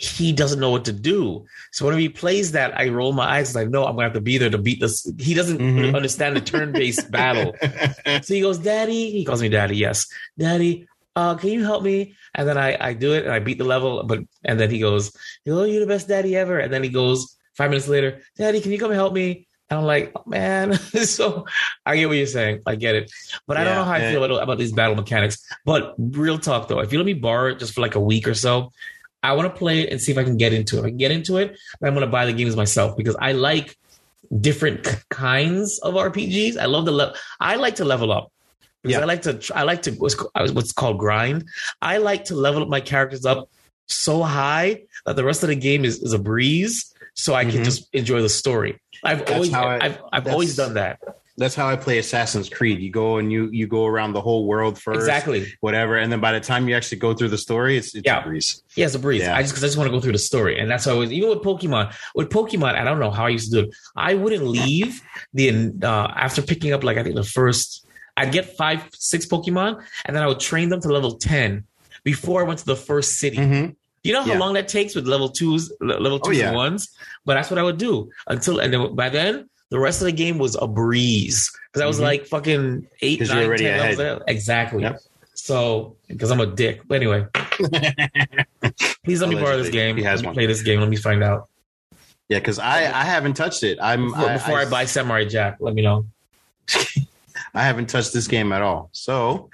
Speaker 3: he doesn't know what to do. So whenever he plays that, I roll my eyes like, no, I'm gonna have to be there to beat this. He doesn't
Speaker 2: Mhm.
Speaker 3: understand the turn based battle. So he goes, Daddy. He calls me Daddy. Yes, Daddy. Uh, can you help me? And then I, I do it and I beat the level. But and then he goes, "Oh, you're the best daddy ever." And then he goes five minutes later, "Daddy, can you come help me?" And I'm like, oh, "Man." so I get what you're saying. I get it. But I don't
Speaker 2: Yeah,
Speaker 3: know how I
Speaker 2: and-
Speaker 3: feel about, about these battle mechanics. But real talk though, if you let me borrow it just for like a week or so, I want to play it and see if I can get into it. If I can get into it, then I'm going to buy the games myself because I like different k- kinds of RPGs. I love the le- I like to level up because
Speaker 2: Yeah.
Speaker 3: I like to tr- I like to what's, co- uh, what's called grind. I like to level up my characters up so high that the rest of the game is, is a breeze, so I can
Speaker 2: Mhm.
Speaker 3: just enjoy the story. I've
Speaker 2: That's
Speaker 3: always
Speaker 2: how I-
Speaker 3: I've I've
Speaker 2: that's-
Speaker 3: always done that.
Speaker 2: That's how I play Assassin's Creed. You go and you you go around the whole world first,
Speaker 3: Exactly.
Speaker 2: whatever, and then by the time you actually go through the story, it's it's
Speaker 3: Yeah.
Speaker 2: a breeze.
Speaker 3: Yeah, it's a breeze.
Speaker 2: Yeah.
Speaker 3: I just because I just want to go through the story, and that's how I was. Even with Pokemon, with Pokemon, I don't know how I used to do it. I wouldn't leave the uh, after picking up like I think the first. I'd get five, six Pokemon, and then I would train them to level ten before I went to the first city.
Speaker 2: Mhm.
Speaker 3: You know how
Speaker 2: Yeah.
Speaker 3: long that takes with level twos, le- level
Speaker 2: Oh,
Speaker 3: twos
Speaker 2: yeah.
Speaker 3: and ones, but that's what I would do until and then by then the rest of the game was a breeze because I was
Speaker 2: Mhm.
Speaker 3: like fucking eight,
Speaker 2: 'Cause you're
Speaker 3: nine,
Speaker 2: already
Speaker 3: ten
Speaker 2: ahead.
Speaker 3: levels ahead. exactly.
Speaker 2: Yep.
Speaker 3: So because I'm a dick, but anyway. Please let me borrow this
Speaker 2: Allegedly.
Speaker 3: game.
Speaker 2: He has
Speaker 3: Let me
Speaker 2: one.
Speaker 3: Play this game. Let me find out
Speaker 2: Yeah, because I I haven't touched it. I'm
Speaker 6: Um,
Speaker 3: before, before I, buy Samurai Jack. Let me know.
Speaker 2: I haven't touched this game at all. So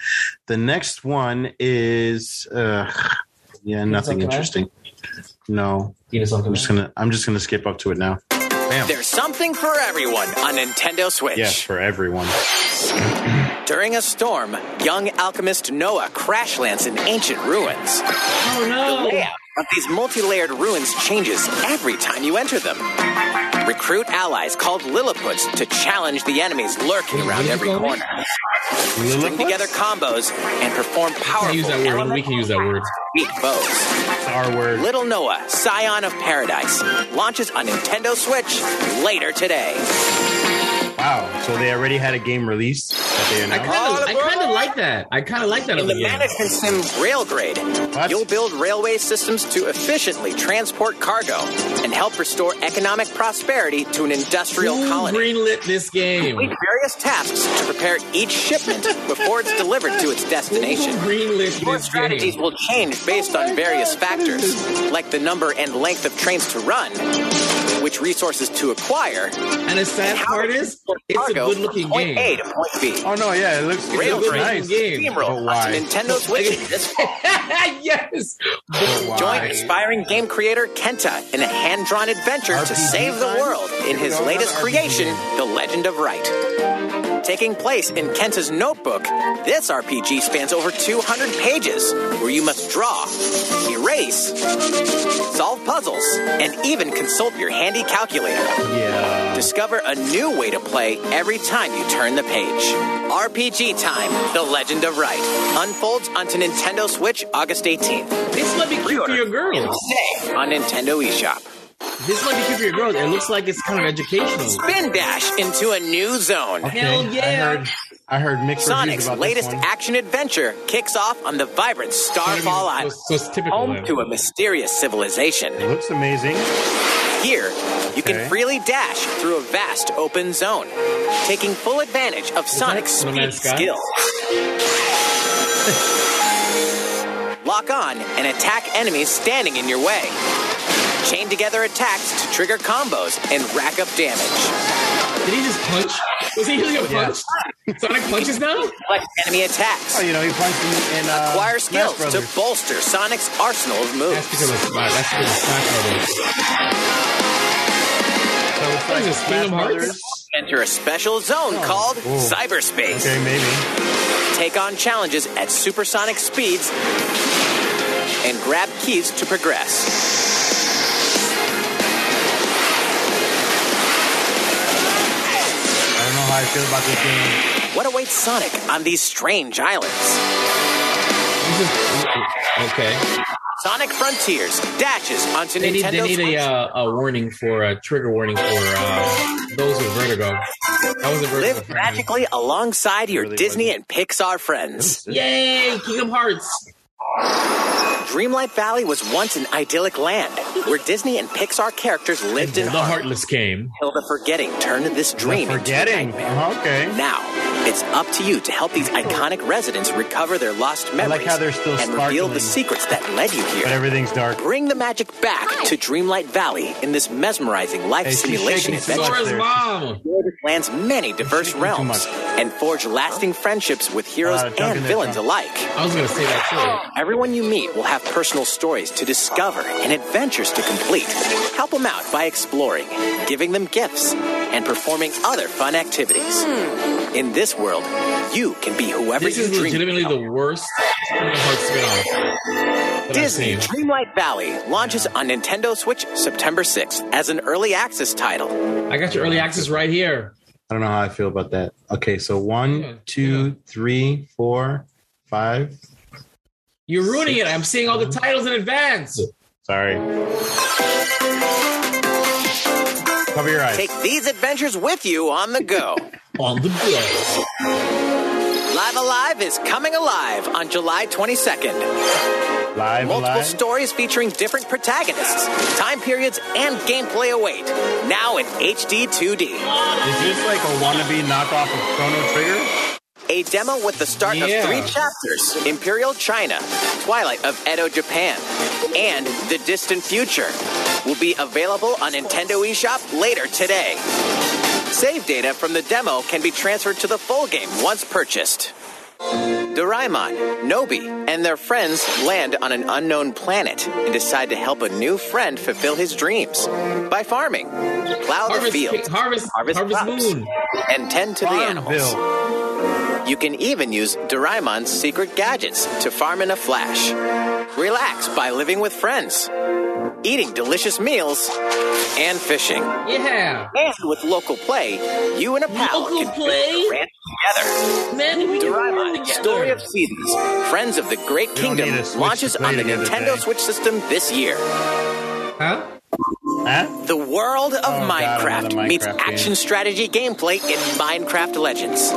Speaker 2: the next one is uh yeah, nothing
Speaker 3: okay.
Speaker 2: interesting. No.
Speaker 3: You know
Speaker 2: I'm just
Speaker 3: something.
Speaker 2: gonna I'm just gonna skip up to it now.
Speaker 6: There's something for everyone on Nintendo Switch.
Speaker 2: Yes, for everyone.
Speaker 6: During a storm, young alchemist Noah crash lands in ancient ruins.
Speaker 3: Oh no!
Speaker 6: layout of these multi-layered ruins changes every time you enter them. Recruit allies called Lilliputs to challenge the enemies lurking around every corner. String together combos and perform
Speaker 3: I
Speaker 6: powerful
Speaker 3: use that word. We
Speaker 6: elemental
Speaker 3: can use that word.
Speaker 6: beat foes.
Speaker 2: It's our word.
Speaker 6: Little Noah, Scion of Paradise, launches on Nintendo Switch later today.
Speaker 2: Wow. So they already had a game released that they
Speaker 3: I
Speaker 2: announced.
Speaker 3: kind of, I kind of like that. I kind of like that.
Speaker 6: In
Speaker 3: Other
Speaker 6: the
Speaker 3: game.
Speaker 6: management sim Railgrade,
Speaker 2: What?
Speaker 6: you'll build railway systems to efficiently transport cargo and help restore economic prosperity to an industrial
Speaker 3: Who
Speaker 6: colony.
Speaker 3: greenlit this game?
Speaker 6: Complete various tasks to prepare each shipment before it's delivered to its
Speaker 3: Who
Speaker 6: destination.
Speaker 3: greenlit
Speaker 6: Your
Speaker 3: this
Speaker 6: strategies
Speaker 3: game?
Speaker 6: will change based on various factors, like the number and length of trains to run, which resources to acquire,
Speaker 3: And the sad
Speaker 6: and how
Speaker 3: part
Speaker 6: to
Speaker 3: is,
Speaker 6: transport
Speaker 3: it's a
Speaker 6: cargo
Speaker 3: good looking
Speaker 6: from point A
Speaker 3: game.
Speaker 6: to point B.
Speaker 2: Oh no, yeah, it looks
Speaker 6: Rail
Speaker 2: it looks
Speaker 3: train.
Speaker 2: nice.
Speaker 3: game.
Speaker 2: But
Speaker 6: Steamroll
Speaker 2: why?
Speaker 6: onto Nintendo Switch this fall.
Speaker 3: yes.
Speaker 2: Oh, Why?
Speaker 6: Join aspiring game creator Kenta in a hand-drawn adventure to
Speaker 2: RPG
Speaker 6: save the
Speaker 2: time?
Speaker 6: world in
Speaker 2: Here we
Speaker 6: his
Speaker 2: go,
Speaker 6: latest
Speaker 2: another
Speaker 6: creation,
Speaker 2: RPG.
Speaker 6: The Legend of Right. Taking place in Kenta's notebook, this RPG spans over 200 pages, where you must draw, erase, solve puzzles, and even consult your handy calculator.
Speaker 2: Yeah.
Speaker 6: Discover a new way to play every time you turn the page. RPG Time, The Legend of Right, unfolds onto Nintendo Switch August 18th.
Speaker 3: This might be cute for your girls.
Speaker 6: Today on Nintendo eShop.
Speaker 3: This might be cute for your girls. It looks like it's kind of educational.
Speaker 6: Spin Dash into a new zone.
Speaker 2: Okay,
Speaker 3: Hell yeah.
Speaker 2: I heard, I heard mixed reviews
Speaker 6: Sonic's
Speaker 2: about
Speaker 6: latest
Speaker 2: this one.
Speaker 6: action adventure kicks off on the vibrant Starfall
Speaker 3: So,
Speaker 6: Island,
Speaker 3: so it's typical.
Speaker 6: home
Speaker 3: then.
Speaker 6: to a mysterious civilization.
Speaker 2: It looks amazing.
Speaker 6: Here,
Speaker 2: Okay.
Speaker 6: you can freely dash through a vast open zone, taking full advantage of Sonic's
Speaker 3: No
Speaker 6: speed
Speaker 3: Man's Sky?
Speaker 6: skill. Lock on and attack enemies standing in your way. Chain together attacks to trigger combos and rack up damage.
Speaker 3: Did he just punch? Was he using a punch? Sonic punches now?
Speaker 6: Collect enemy attacks.
Speaker 2: Oh, you know, he punched in, in uh,
Speaker 6: Acquire
Speaker 2: Smash
Speaker 6: skills to
Speaker 2: Brothers.
Speaker 6: bolster Sonic's arsenal of
Speaker 3: That's because
Speaker 6: moves.
Speaker 3: of Smash. That's because of Smash Brothers.
Speaker 2: So it's like
Speaker 3: What is this,
Speaker 2: Smash
Speaker 3: Kingdom Hearts?
Speaker 2: Brothers.
Speaker 6: Enter a special zone
Speaker 3: Oh,
Speaker 6: called
Speaker 2: cool.
Speaker 6: cyberspace.
Speaker 2: Okay, maybe.
Speaker 6: take on challenges at supersonic speeds, and grab keys to progress.
Speaker 2: I don't know how I feel about this game.
Speaker 6: What awaits Sonic on these strange islands?
Speaker 3: This is okay.
Speaker 6: Sonic Frontiers dashes onto
Speaker 3: They need,
Speaker 6: Nintendo
Speaker 3: they need a,
Speaker 6: Switch.
Speaker 3: uh, a warning for a trigger warning for uh, those with vertigo. That was a vertigo.
Speaker 6: Live
Speaker 3: friendly.
Speaker 6: magically alongside your
Speaker 2: Really
Speaker 6: Disney and Pixar friends.
Speaker 3: Yay! Kingdom Hearts.
Speaker 6: Dreamlight Valley was once an idyllic land where Disney and Pixar characters lived in
Speaker 3: The
Speaker 6: harmony
Speaker 3: Heartless came.
Speaker 6: until the forgetting turned this dream into a
Speaker 2: Forgetting. Uh-huh, okay.
Speaker 6: Now, it's up to you to help these iconic residents recover their lost
Speaker 2: like
Speaker 6: memories
Speaker 2: how they're still
Speaker 6: and reveal
Speaker 2: sparkling.
Speaker 6: the secrets that led you
Speaker 2: But
Speaker 6: here.
Speaker 2: everything's dark.
Speaker 6: Bring the magic back to Dreamlight Valley in this mesmerizing life
Speaker 2: Hey, she's
Speaker 6: simulation
Speaker 2: shaking so much.
Speaker 6: adventure.
Speaker 3: Sora's
Speaker 2: there.
Speaker 3: mom.
Speaker 6: Lands many diverse
Speaker 2: shaking too
Speaker 6: realms
Speaker 2: much.
Speaker 6: and forge lasting friendships with heroes
Speaker 2: Uh, Duncan,
Speaker 6: and
Speaker 2: that's
Speaker 6: villains
Speaker 2: wrong.
Speaker 6: alike.
Speaker 3: I was gonna say that
Speaker 6: Everyone you meet will have personal stories to discover and adventures to complete. Help them out by exploring, giving them gifts, and performing other fun activities. In this world, you can be
Speaker 3: too.
Speaker 6: whoever
Speaker 3: This
Speaker 6: you
Speaker 3: is
Speaker 6: dream
Speaker 3: legitimately the worst Kingdom Hearts spinoff. that I've
Speaker 6: Disney
Speaker 3: seen.
Speaker 6: Dreamlight Valley launches on Nintendo Switch September 6th as an early access title.
Speaker 3: I got your early access right here.
Speaker 2: I don't know how I feel about that. Okay, so one, two, three, four, five.
Speaker 3: You're ruining it. I'm seeing all the titles in advance.
Speaker 2: Sorry. Cover your eyes.
Speaker 6: Take these adventures with you on the go.
Speaker 3: On the go.
Speaker 6: Live Alive is coming alive on July 22nd.
Speaker 2: Live,
Speaker 6: Multiple
Speaker 2: live.
Speaker 6: stories featuring different protagonists, time periods, and gameplay await. Now in HD 2D.
Speaker 2: Is this like a wannabe knockoff of Chrono Trigger?
Speaker 6: A demo with the start
Speaker 3: Yeah.
Speaker 6: of three chapters Imperial China, Twilight of Edo, Japan, and The Distant Future will be available on Nintendo eShop later today. Save data from the demo can be transferred to the full game once purchased. Doraemon, Nobi, and their friends land on an unknown planet and decide to help a new friend fulfill his dreams by farming, plow the
Speaker 3: Harvest,
Speaker 6: field,
Speaker 3: harvest, harvest,
Speaker 6: harvest, crops,
Speaker 3: moon.
Speaker 6: and tend to the animals. You can even use Doraemon's secret gadgets to farm in a flash. Relax by living with friends, eating delicious meals, and fishing.
Speaker 3: Yeah.
Speaker 6: And with local play, you and a pal
Speaker 3: Local
Speaker 6: can visit
Speaker 3: play?
Speaker 6: the ranch together.
Speaker 3: Man, we
Speaker 6: Doraemon, Story of Seasons, Friends of the Great
Speaker 2: don't
Speaker 6: Kingdom,
Speaker 2: need a Switch
Speaker 6: launches
Speaker 2: to play
Speaker 6: on the
Speaker 2: together,
Speaker 6: Nintendo
Speaker 2: Jay.
Speaker 6: Switch system this year.
Speaker 3: Huh?
Speaker 2: Huh?
Speaker 6: The world of
Speaker 2: Oh, God,
Speaker 6: Minecraft,
Speaker 2: another
Speaker 6: meets
Speaker 2: Minecraft game.
Speaker 6: action strategy gameplay in Minecraft Legends.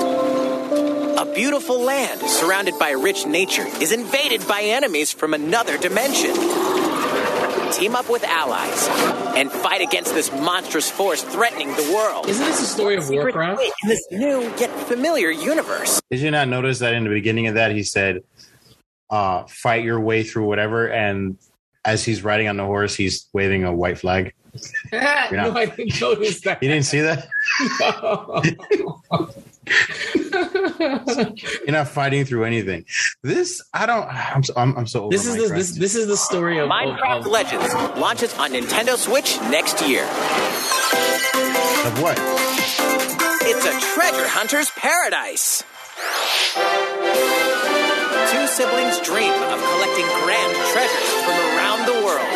Speaker 6: A beautiful land surrounded by rich nature is invaded by enemies from another dimension. Team up with allies and fight against this monstrous force threatening the world.
Speaker 3: Isn't this the story of
Speaker 6: Secret
Speaker 3: Warcraft?
Speaker 6: way in this new yet familiar universe.
Speaker 2: Did you not notice that in the beginning of that he said, uh, "Fight your way through whatever," and as he's riding on the horse, he's waving a white flag.
Speaker 3: no, I didn't notice that.
Speaker 2: You didn't see that? You're not fighting through anything. This I don't. I'm so, I'm, I'm so over
Speaker 3: this is the,
Speaker 2: Minecraft.
Speaker 3: this this is the story
Speaker 2: oh.
Speaker 3: of
Speaker 6: Minecraft
Speaker 3: of, of-
Speaker 6: Legends launches on Nintendo Switch next year.
Speaker 2: of what?
Speaker 6: It's a treasure hunter's paradise. Two siblings dream of collecting grand treasures from around the world.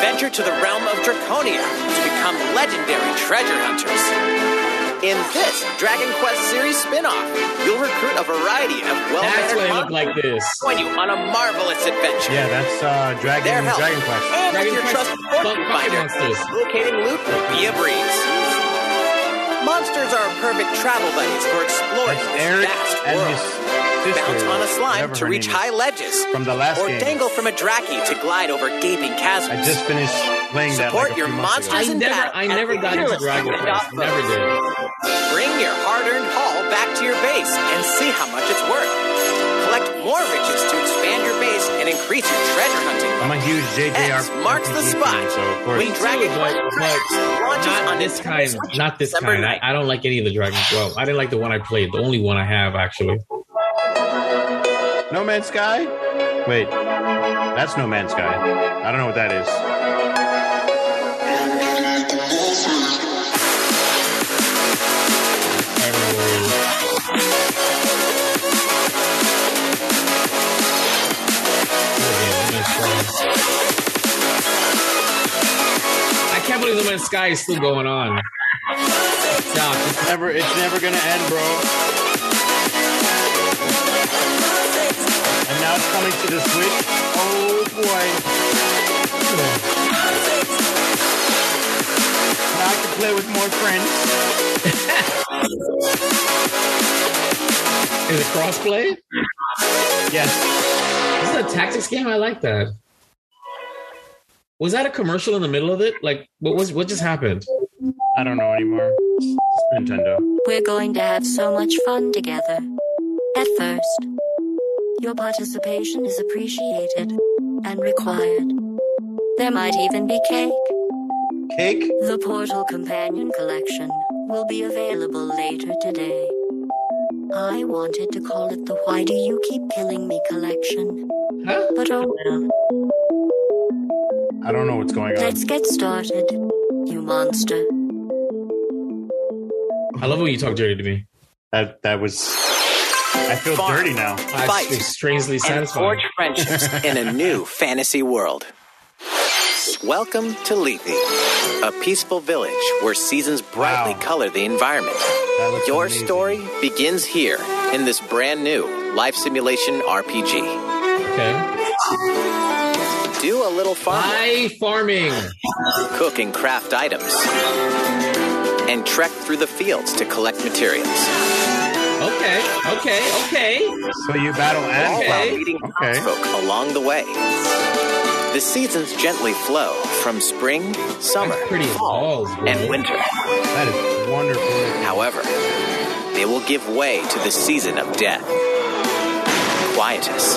Speaker 6: Venture to the realm of Draconia to become legendary treasure hunters. In this Dragon Quest series spin-off, you'll recruit a variety of
Speaker 3: That's why it
Speaker 6: well-mannered
Speaker 3: looked like
Speaker 6: monsters
Speaker 3: this.
Speaker 6: to join you on a marvelous adventure.
Speaker 2: Yeah, that's uh,
Speaker 6: Their
Speaker 2: Dragon
Speaker 6: help
Speaker 2: Dragon Quest.
Speaker 6: and
Speaker 3: Dragon
Speaker 6: with your
Speaker 3: Quest
Speaker 6: trusted fortune
Speaker 3: Fuck
Speaker 6: finder,
Speaker 3: monsters.
Speaker 6: locating loot will be a breeze. Monsters are perfect travel buddies for exploring
Speaker 2: That's
Speaker 6: this
Speaker 2: Eric
Speaker 6: vast
Speaker 2: and
Speaker 6: world.
Speaker 2: his sister.
Speaker 6: Bounce on a slime
Speaker 2: whatever
Speaker 6: to
Speaker 2: her
Speaker 6: reach
Speaker 2: name is.
Speaker 6: high ledges,
Speaker 2: From the last
Speaker 6: or
Speaker 2: game.
Speaker 6: dangle from a draki to glide over gaping chasms.
Speaker 2: I just finished playing that.
Speaker 6: Support
Speaker 2: like, a
Speaker 6: your
Speaker 2: few months ago.
Speaker 3: I
Speaker 6: monsters. Isn't
Speaker 3: never
Speaker 6: that
Speaker 3: I never got into Dragon
Speaker 6: ridiculous?
Speaker 3: Quest. Never did.
Speaker 6: Bring your hard-earned haul back to your base and see how much it's worth. Collect more riches to expand your base and increase your treasure hunting.
Speaker 2: I'm a huge
Speaker 6: X
Speaker 2: JJR.
Speaker 6: marks the spot.
Speaker 2: So of
Speaker 6: we
Speaker 2: course,
Speaker 6: Dragon
Speaker 3: Too,
Speaker 6: Quest
Speaker 3: but,
Speaker 6: Treasures
Speaker 3: but
Speaker 6: launches
Speaker 3: not
Speaker 6: on
Speaker 3: this
Speaker 6: Nintendo
Speaker 3: kind.
Speaker 6: Switch
Speaker 3: Not this
Speaker 6: December
Speaker 3: kind. I, I
Speaker 6: 9th.
Speaker 3: don't like any of the Dragon. Well, I didn't like the one I played. The only one I have actually.
Speaker 2: No Man's Sky. Wait, that's No Man's Sky. I don't know what that is.
Speaker 3: I don't know what it is. I can't believe the man's sky is still going on. Doc, it's
Speaker 2: never it's never gonna end, bro. And now it's coming to the Switch. Oh boy. Now I can play with more friends.
Speaker 3: Is it crossplay?
Speaker 2: Yes.
Speaker 3: Is it a tactics game? I like that. Was that a commercial in the middle of it? Like, what was what just happened?
Speaker 2: I don't know anymore. Nintendo.
Speaker 5: We're going to have so much fun together. At first, your participation is appreciated and required. There might even be cake.
Speaker 2: Cake?
Speaker 5: The Portal Companion Collection will be available later today. I wanted to call it the Why Do You Keep Killing Me collection,
Speaker 3: Huh?
Speaker 5: but oh well.
Speaker 2: I don't know what's going on.
Speaker 5: Let's get started, you monster.
Speaker 3: I love when you talk dirty to me.
Speaker 2: That that was I feel
Speaker 6: Farm.
Speaker 2: dirty now.
Speaker 3: I
Speaker 6: Fight
Speaker 3: strangely
Speaker 6: and
Speaker 3: satisfying.
Speaker 6: forge friendships in a new fantasy world. Welcome to Lethe, a peaceful village where seasons brightly
Speaker 2: Wow.
Speaker 6: color the environment.
Speaker 2: That looks
Speaker 6: Your
Speaker 2: amazing.
Speaker 6: story begins here in this brand new life simulation RPG.
Speaker 3: Okay.
Speaker 6: Do a little farming.
Speaker 3: I farming.
Speaker 6: cook and craft items, and trek through the fields to collect materials.
Speaker 3: Okay. Okay. Okay.
Speaker 2: So you battle
Speaker 6: All
Speaker 2: animals.
Speaker 6: while
Speaker 3: Okay.
Speaker 6: meeting
Speaker 2: Okay.
Speaker 6: townsfolk along the way. The seasons gently flow from spring, summer,
Speaker 3: That's pretty as
Speaker 6: fall,
Speaker 3: balls, bro.
Speaker 6: and winter.
Speaker 2: That is wonderful.
Speaker 6: However, they will give way to the season of death. Quietus,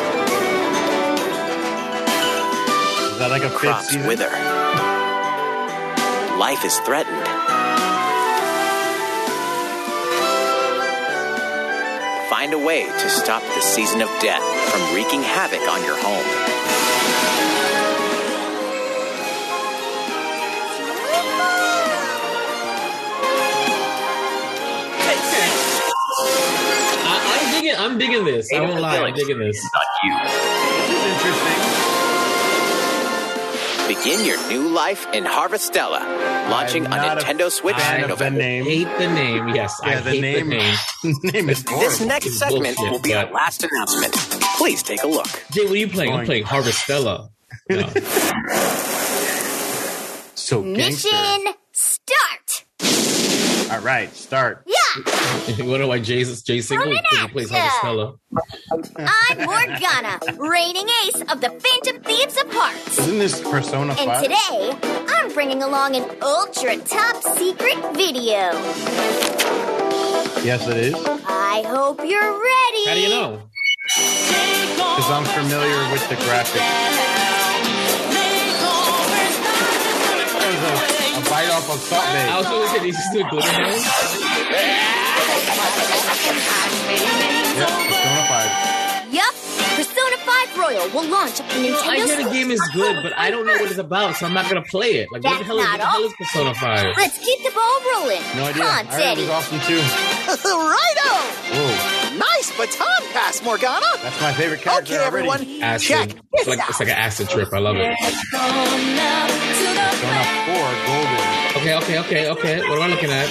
Speaker 2: Is that like a fifth
Speaker 6: crops
Speaker 2: season?
Speaker 6: wither. Life is threatened. Find a way to stop the season of death from wreaking havoc on your home.
Speaker 3: I, I'm digging. I'm digging this. I won't lie. I'm digging this.
Speaker 6: Begin your new life in Harvestella, launching on
Speaker 2: not a
Speaker 6: Nintendo Switch
Speaker 2: fan
Speaker 6: in
Speaker 2: of E the
Speaker 6: November.
Speaker 2: name.
Speaker 3: Hate the name. Yes. I
Speaker 2: Yeah, the
Speaker 3: hate
Speaker 2: name.
Speaker 3: the name.
Speaker 2: name is horrible.
Speaker 6: This next segment
Speaker 3: bullshit,
Speaker 6: will be our
Speaker 3: but-
Speaker 6: last announcement. Please take a look.
Speaker 3: Jay, what are you playing? I'm
Speaker 2: Going.
Speaker 3: playing Harvestella. No.
Speaker 2: so gangster.
Speaker 7: Mission start.
Speaker 2: All right, start.
Speaker 7: Yeah,
Speaker 3: you wonder why Jay's Jay's single? Because he plays Harvestella.
Speaker 7: I'm Morgana, reigning ace of the Phantom Thieves of Parts.
Speaker 2: Isn't this Persona
Speaker 7: And
Speaker 2: 5?
Speaker 7: today, I'm bringing along an ultra top secret video.
Speaker 2: Yes, it is. Because
Speaker 7: I hope you're ready.
Speaker 3: How do you know?
Speaker 2: I'm familiar with the graphics. There's a, a bite off of Salt
Speaker 3: I
Speaker 2: Bay.
Speaker 3: was going to say this is the glitter name.
Speaker 2: Yep, Persona 5.
Speaker 7: Yup, Persona 5 Royal will launch on Nintendo
Speaker 3: I hear the
Speaker 7: Switch
Speaker 3: game is
Speaker 7: on
Speaker 3: good, but I don't know what it's about, so I'm not gonna play it. Like what the
Speaker 7: That's
Speaker 3: hell is,
Speaker 7: not
Speaker 3: what the
Speaker 7: all.
Speaker 3: hell is Persona Five?
Speaker 7: Let's keep the ball rolling.
Speaker 2: No idea.
Speaker 7: Come on,
Speaker 2: I heard it was
Speaker 7: Teddy.
Speaker 2: awesome too.
Speaker 8: Righto!
Speaker 2: Whoa,
Speaker 8: Nice baton pass, Morgana!
Speaker 2: that's my favorite character
Speaker 8: Okay,
Speaker 2: already.
Speaker 8: everyone, check
Speaker 3: Acid.
Speaker 8: this
Speaker 3: It's like
Speaker 8: out.
Speaker 3: it's like an acid trip. I love it.
Speaker 2: Persona 4 Golden.
Speaker 3: Okay, okay, okay, okay. What am I looking at?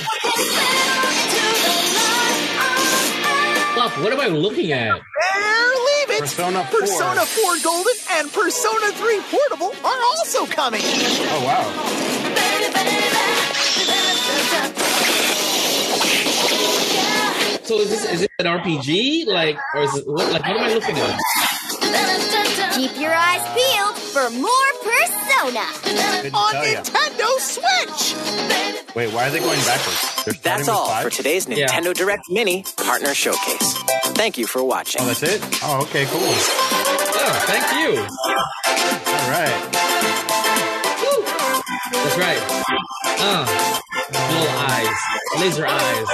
Speaker 3: Fuck, what am I looking at?
Speaker 8: There, leave it.
Speaker 2: Persona 4.
Speaker 8: Persona 4 Golden and Persona 3 Portable are also coming.
Speaker 2: Oh, wow.
Speaker 3: So is this is it an RPG? Like or is it what like what am I looking at?
Speaker 7: Keep your eyes peeled for more Persona.
Speaker 2: Couldn't
Speaker 8: On
Speaker 2: tell ya.
Speaker 8: Nintendo Switch!
Speaker 2: Wait, why are they going backwards? They're starting
Speaker 6: That's
Speaker 2: with
Speaker 6: all
Speaker 2: five?
Speaker 6: for today's
Speaker 3: Yeah.
Speaker 6: Nintendo Direct Mini Partner Showcase. Thank you for watching.
Speaker 2: Oh, that's it? Oh, okay, cool. All
Speaker 3: Oh, thank you.
Speaker 2: right.
Speaker 3: That's right. Uh blue eyes. Laser eyes.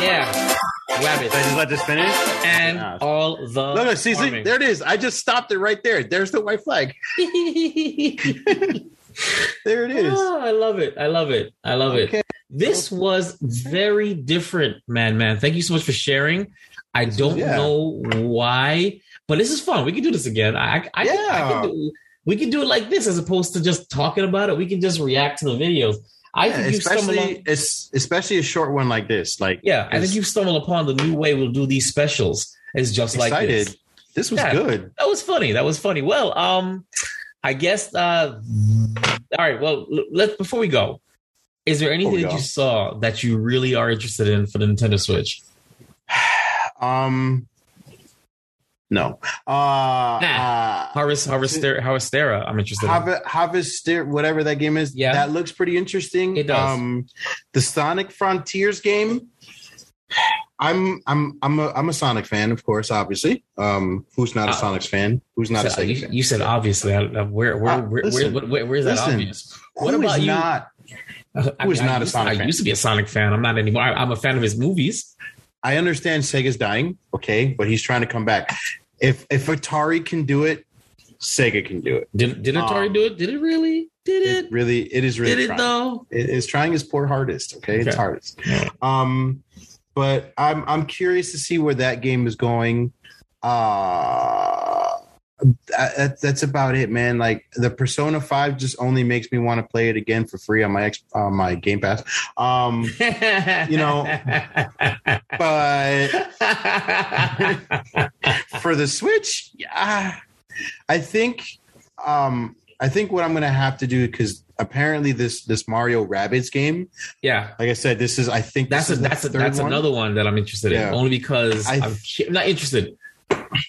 Speaker 3: Yeah.
Speaker 2: Did I
Speaker 3: Rabbit.
Speaker 2: just let this finish?
Speaker 3: And all the
Speaker 2: Look, look, see, see,
Speaker 3: farming.
Speaker 2: there it is. I just stopped it right there. There's the white flag. there it is.
Speaker 3: Oh, I love it. I love it. I love
Speaker 2: Okay.
Speaker 3: it. This was very different, man, man. Thank you so much for sharing. I don't
Speaker 2: yeah.
Speaker 3: know why, but this is fun. We can do this again. I, I, I
Speaker 2: Yeah.
Speaker 3: can do, we can do it like this as opposed to just talking about it. We can just react to the videos. I think you stumble
Speaker 2: especially,
Speaker 3: on-
Speaker 2: es- especially a short one like this. Like,
Speaker 3: yeah, I think
Speaker 2: it's
Speaker 3: you stumble upon the new way we'll do these specials. It's just like
Speaker 2: excited.
Speaker 3: this.
Speaker 2: this. was
Speaker 3: Yeah.
Speaker 2: good.
Speaker 3: That was funny. That was funny. Well, um, I guess. Uh, all right. Well, l- let's before we go, is there anything
Speaker 2: we
Speaker 3: that
Speaker 2: go.
Speaker 3: you saw that you really are interested in for the Nintendo Switch?
Speaker 2: Um, no. Uh, uh
Speaker 3: Harvest, Harvestera, Harvestera. I'm interested. in.
Speaker 2: Harvest, Harvester, whatever that game is,
Speaker 3: Yeah.
Speaker 2: that looks pretty interesting.
Speaker 3: It does.
Speaker 2: Um, the Sonic Frontiers game. I'm I'm I'm a I'm a Sonic fan, of course, obviously. Um, who's not a
Speaker 3: Uh,
Speaker 2: Sonics fan? Who's not a
Speaker 3: So, uh,
Speaker 2: Sega
Speaker 3: you,
Speaker 2: fan?
Speaker 3: you said obviously. I, I, where, where,
Speaker 2: Ah,
Speaker 3: where,
Speaker 2: listen.
Speaker 3: where, where, where's that
Speaker 2: Listen.
Speaker 3: obvious?
Speaker 2: Who
Speaker 3: what
Speaker 2: is
Speaker 3: about you?
Speaker 2: Not,
Speaker 3: I
Speaker 2: Who is
Speaker 3: mean, I
Speaker 2: not a
Speaker 3: used-
Speaker 2: Sonic
Speaker 3: I
Speaker 2: fan?
Speaker 3: used to be a Sonic fan. I'm not anymore. I, I'm a fan of his movies.
Speaker 2: I understand Sega's dying, okay, but he's trying to come back. If if Atari can do it, Sega can do it.
Speaker 3: Did did Atari
Speaker 2: Um,
Speaker 3: do it? Did it really? Did it?
Speaker 2: It really it is really
Speaker 3: did it
Speaker 2: trying.
Speaker 3: though?
Speaker 2: It is trying its poor hardest. Okay, it's
Speaker 3: Okay.
Speaker 2: hardest. Um, but I'm I'm curious to see where that game is going. Uh I- that, that's about it, man. Like the Persona Five just only makes me want to play it again for free on my X, on my Game Pass. Um,
Speaker 3: you
Speaker 2: know. but for the Switch, yeah, I think um, I think what I'm gonna have to do because apparently this this Mario Rabbits game,
Speaker 3: yeah.
Speaker 2: like I said, this is I think
Speaker 3: That's a,
Speaker 2: this is the
Speaker 3: that's a,
Speaker 2: third
Speaker 3: that's
Speaker 2: one.
Speaker 3: another one that I'm interested
Speaker 2: Yeah.
Speaker 3: in only because
Speaker 2: I-
Speaker 3: I, am cu- not interested,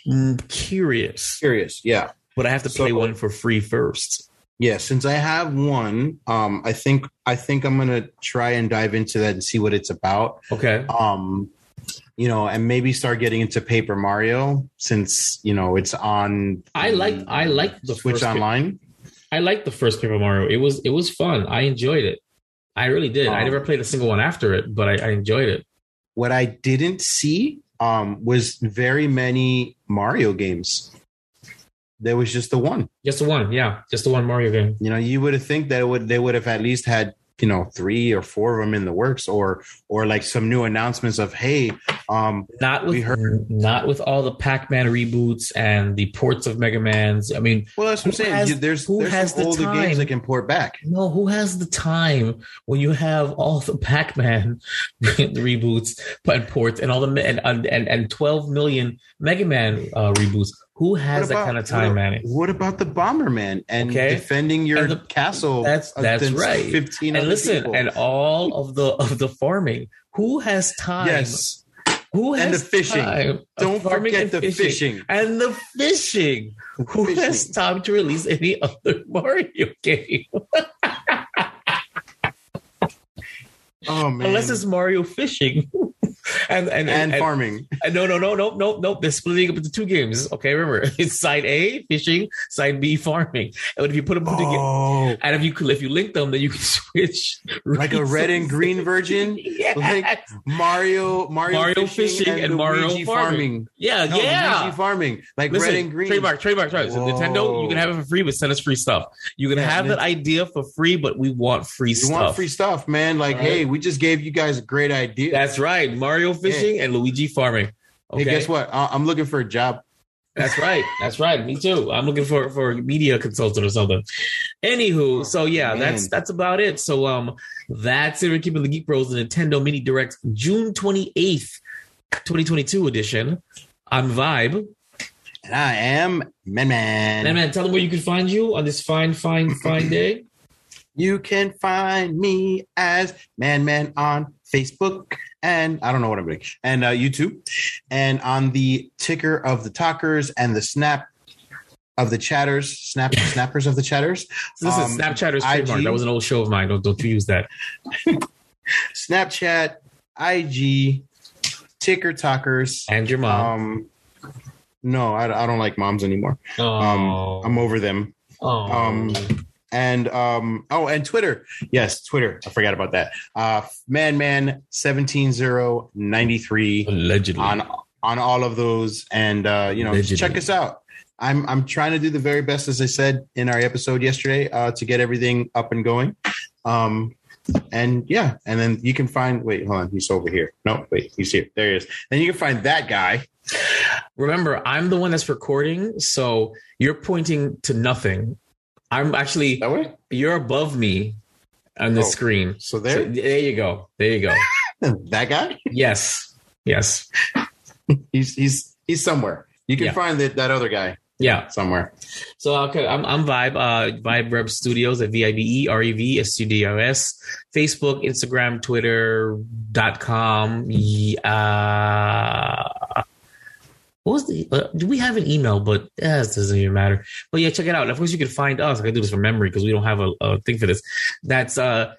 Speaker 3: Mm, curious.
Speaker 2: Curious, yeah.
Speaker 3: But I have to play
Speaker 2: So-
Speaker 3: one for free first.
Speaker 2: Yeah, since I have one, um, I think I think I'm gonna try and dive into that and see what it's about.
Speaker 3: Okay.
Speaker 2: Um, you know, and maybe start getting into Paper Mario since you know it's on.
Speaker 3: I like I like the
Speaker 2: Switch
Speaker 3: first Paper-
Speaker 2: Online.
Speaker 3: I liked the first Paper Mario. It was it was fun. I enjoyed it. I really did. I
Speaker 2: Um,
Speaker 3: never played a single one after it, but I, I enjoyed it.
Speaker 2: What I didn't see um, was very many Mario games. There was just the one.
Speaker 3: Just the one, yeah, just the one Mario game.
Speaker 2: You know, you would have think that it would they would have at least had you know three or four of them in the works, or or like some new announcements of hey, um,
Speaker 3: Not with
Speaker 2: We heard-
Speaker 3: not with all the Pac Man reboots and the ports of Mega Man's. I mean,
Speaker 2: Well, that's what I'm
Speaker 3: Who
Speaker 2: saying.
Speaker 3: has-
Speaker 2: You- there's
Speaker 3: who
Speaker 2: there's
Speaker 3: has
Speaker 2: some
Speaker 3: the
Speaker 2: older games
Speaker 3: time?
Speaker 2: that can port back.
Speaker 3: No, who has the time when you have all the Pac-Man reboots and ports and all the and and and 12 million Mega Man uh, reboots? Who has
Speaker 2: What about-
Speaker 3: that kind of time,
Speaker 2: what,
Speaker 3: man?
Speaker 2: What about the Bomberman and
Speaker 3: Okay.
Speaker 2: defending your
Speaker 3: And the-
Speaker 2: castle?
Speaker 3: That's that's
Speaker 2: against
Speaker 3: right.
Speaker 2: Fifteen
Speaker 3: And
Speaker 2: other
Speaker 3: listen,
Speaker 2: people?
Speaker 3: and all of the of the farming. Who has time?
Speaker 2: yes,
Speaker 3: Who has
Speaker 2: and the fishing.
Speaker 3: time?
Speaker 2: don't
Speaker 3: Farming
Speaker 2: forget
Speaker 3: and
Speaker 2: the fishing.
Speaker 3: And the fishing. Who
Speaker 2: fishing.
Speaker 3: has time to release any other Mario game?
Speaker 2: Oh man,
Speaker 3: Unless it's Mario fishing. and and,
Speaker 2: and
Speaker 3: and-
Speaker 2: farming.
Speaker 3: Uh, No, no, no, no, no, no. They're splitting up into two games. Okay, remember it's side A fishing, side B farming. And if you put them together,
Speaker 2: Oh,
Speaker 3: and if you if you link them, then you can switch
Speaker 2: like a red and
Speaker 3: reasons.
Speaker 2: green version.
Speaker 3: Yes.
Speaker 2: Like Mario, Mario,
Speaker 3: Mario fishing and Mario
Speaker 2: Luigi
Speaker 3: farming. yeah,
Speaker 2: No,
Speaker 3: yeah.
Speaker 2: Luigi farming like
Speaker 3: Listen,
Speaker 2: red and green.
Speaker 3: trademark, trademark, trademark. So
Speaker 2: Whoa.
Speaker 3: Nintendo, you can have it for free, but send us free stuff. You can
Speaker 2: Yeah,
Speaker 3: have
Speaker 2: and
Speaker 3: that idea for free, but we want free
Speaker 2: You
Speaker 3: stuff.
Speaker 2: want free stuff, man? Like,
Speaker 3: All right.
Speaker 2: hey, we just gave you guys a great idea.
Speaker 3: That's right, Mario fishing and Luigi farming. Okay,
Speaker 2: Hey, guess what? I- I'm looking for a job.
Speaker 3: That's right. That's right. Me too. I'm looking for for a media consultant or something. Anywho, so
Speaker 2: Oh,
Speaker 3: yeah,
Speaker 2: man.
Speaker 3: that's that's about it. So um, that's it. We're keeping the Geek Bros the Nintendo Mini Direct June 28th, 2022 edition. I'm Vibe.
Speaker 2: And I am Man Man.
Speaker 3: And man, tell them where you can find you on this fine, fine, fine day.
Speaker 2: You can find me as Man Man on Facebook and I don't know what I'm doing and uh, YouTube and on the ticker of the talkers and the snap of the chatters, snap snappers of the chatters,
Speaker 3: This is
Speaker 2: Um,
Speaker 3: Snapchatter's
Speaker 2: IG.
Speaker 3: trademark. That was an old show of mine. Don't don't you use that.
Speaker 2: Snapchat, IG, ticker talkers.
Speaker 3: And your mom.
Speaker 2: Um, no, I, I don't like moms anymore. Um,
Speaker 3: oh,
Speaker 2: I'm over them. um, and um oh and twitter yes twitter i forgot about that uh man man 170993
Speaker 3: allegedly.
Speaker 2: on on all of those and uh you know
Speaker 3: Allegedly.
Speaker 2: check us out i'm i'm trying to do the very best as i said in our episode yesterday uh to get everything up and going um and yeah and then you can find wait hold on he's over here no wait he's here there he is then you can find that guy
Speaker 3: Remember, I'm the one that's recording, so you're pointing to nothing. I'm actually
Speaker 2: that way
Speaker 3: you're above me on the
Speaker 2: Oh,
Speaker 3: screen.
Speaker 2: so
Speaker 3: So,
Speaker 2: there
Speaker 3: there you go. There you go.
Speaker 2: that guy
Speaker 3: yes. Yes.
Speaker 2: he's he's he's somewhere you can
Speaker 3: Yeah.
Speaker 2: find that that other guy
Speaker 3: Yeah.
Speaker 2: somewhere.
Speaker 3: So okay, I'm, I'm Vibe, uh, Vibe Rev Studios at V-I-B-E, R-E-V, S-U-D-O-S, Facebook, Instagram, Twitter.com. Uh, what was the, uh, do we have an email? But eh, it doesn't even matter. But yeah, check it out. Of course, you can find us. I can do this from memory because we don't have a, a thing for this. That's uh,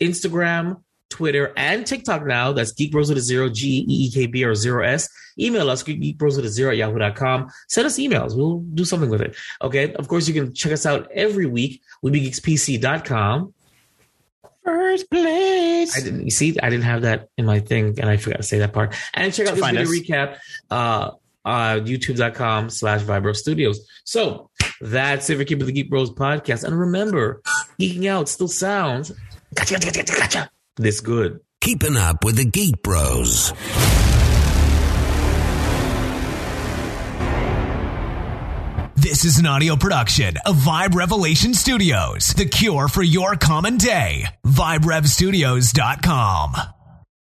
Speaker 3: Instagram, Twitter, and TikTok now. That's Geek Bros with a zero, G E E K B or zero S. Email us, geekbros with a zero at yahoo.com. Send us emails. We'll do something with it. Okay. Of course, you can check us out every week. WeBeGeeksPC.com.
Speaker 2: First place.
Speaker 3: I didn't you see. I didn't have that in my thing, and I forgot to say that part. And check out this
Speaker 2: Find
Speaker 3: video
Speaker 2: us.
Speaker 3: recap uh, uh, youtube.com slash Vibro Studios. So that's it for Keeping the Geek Bros podcast. And remember, geeking out still sounds gotcha, gotcha, gotcha, gotcha, this good.
Speaker 1: Keeping up with the Geek Bros.
Speaker 4: This is an audio production of Vibe Revelation Studios, the cure for your common day. VibeRevStudios.com.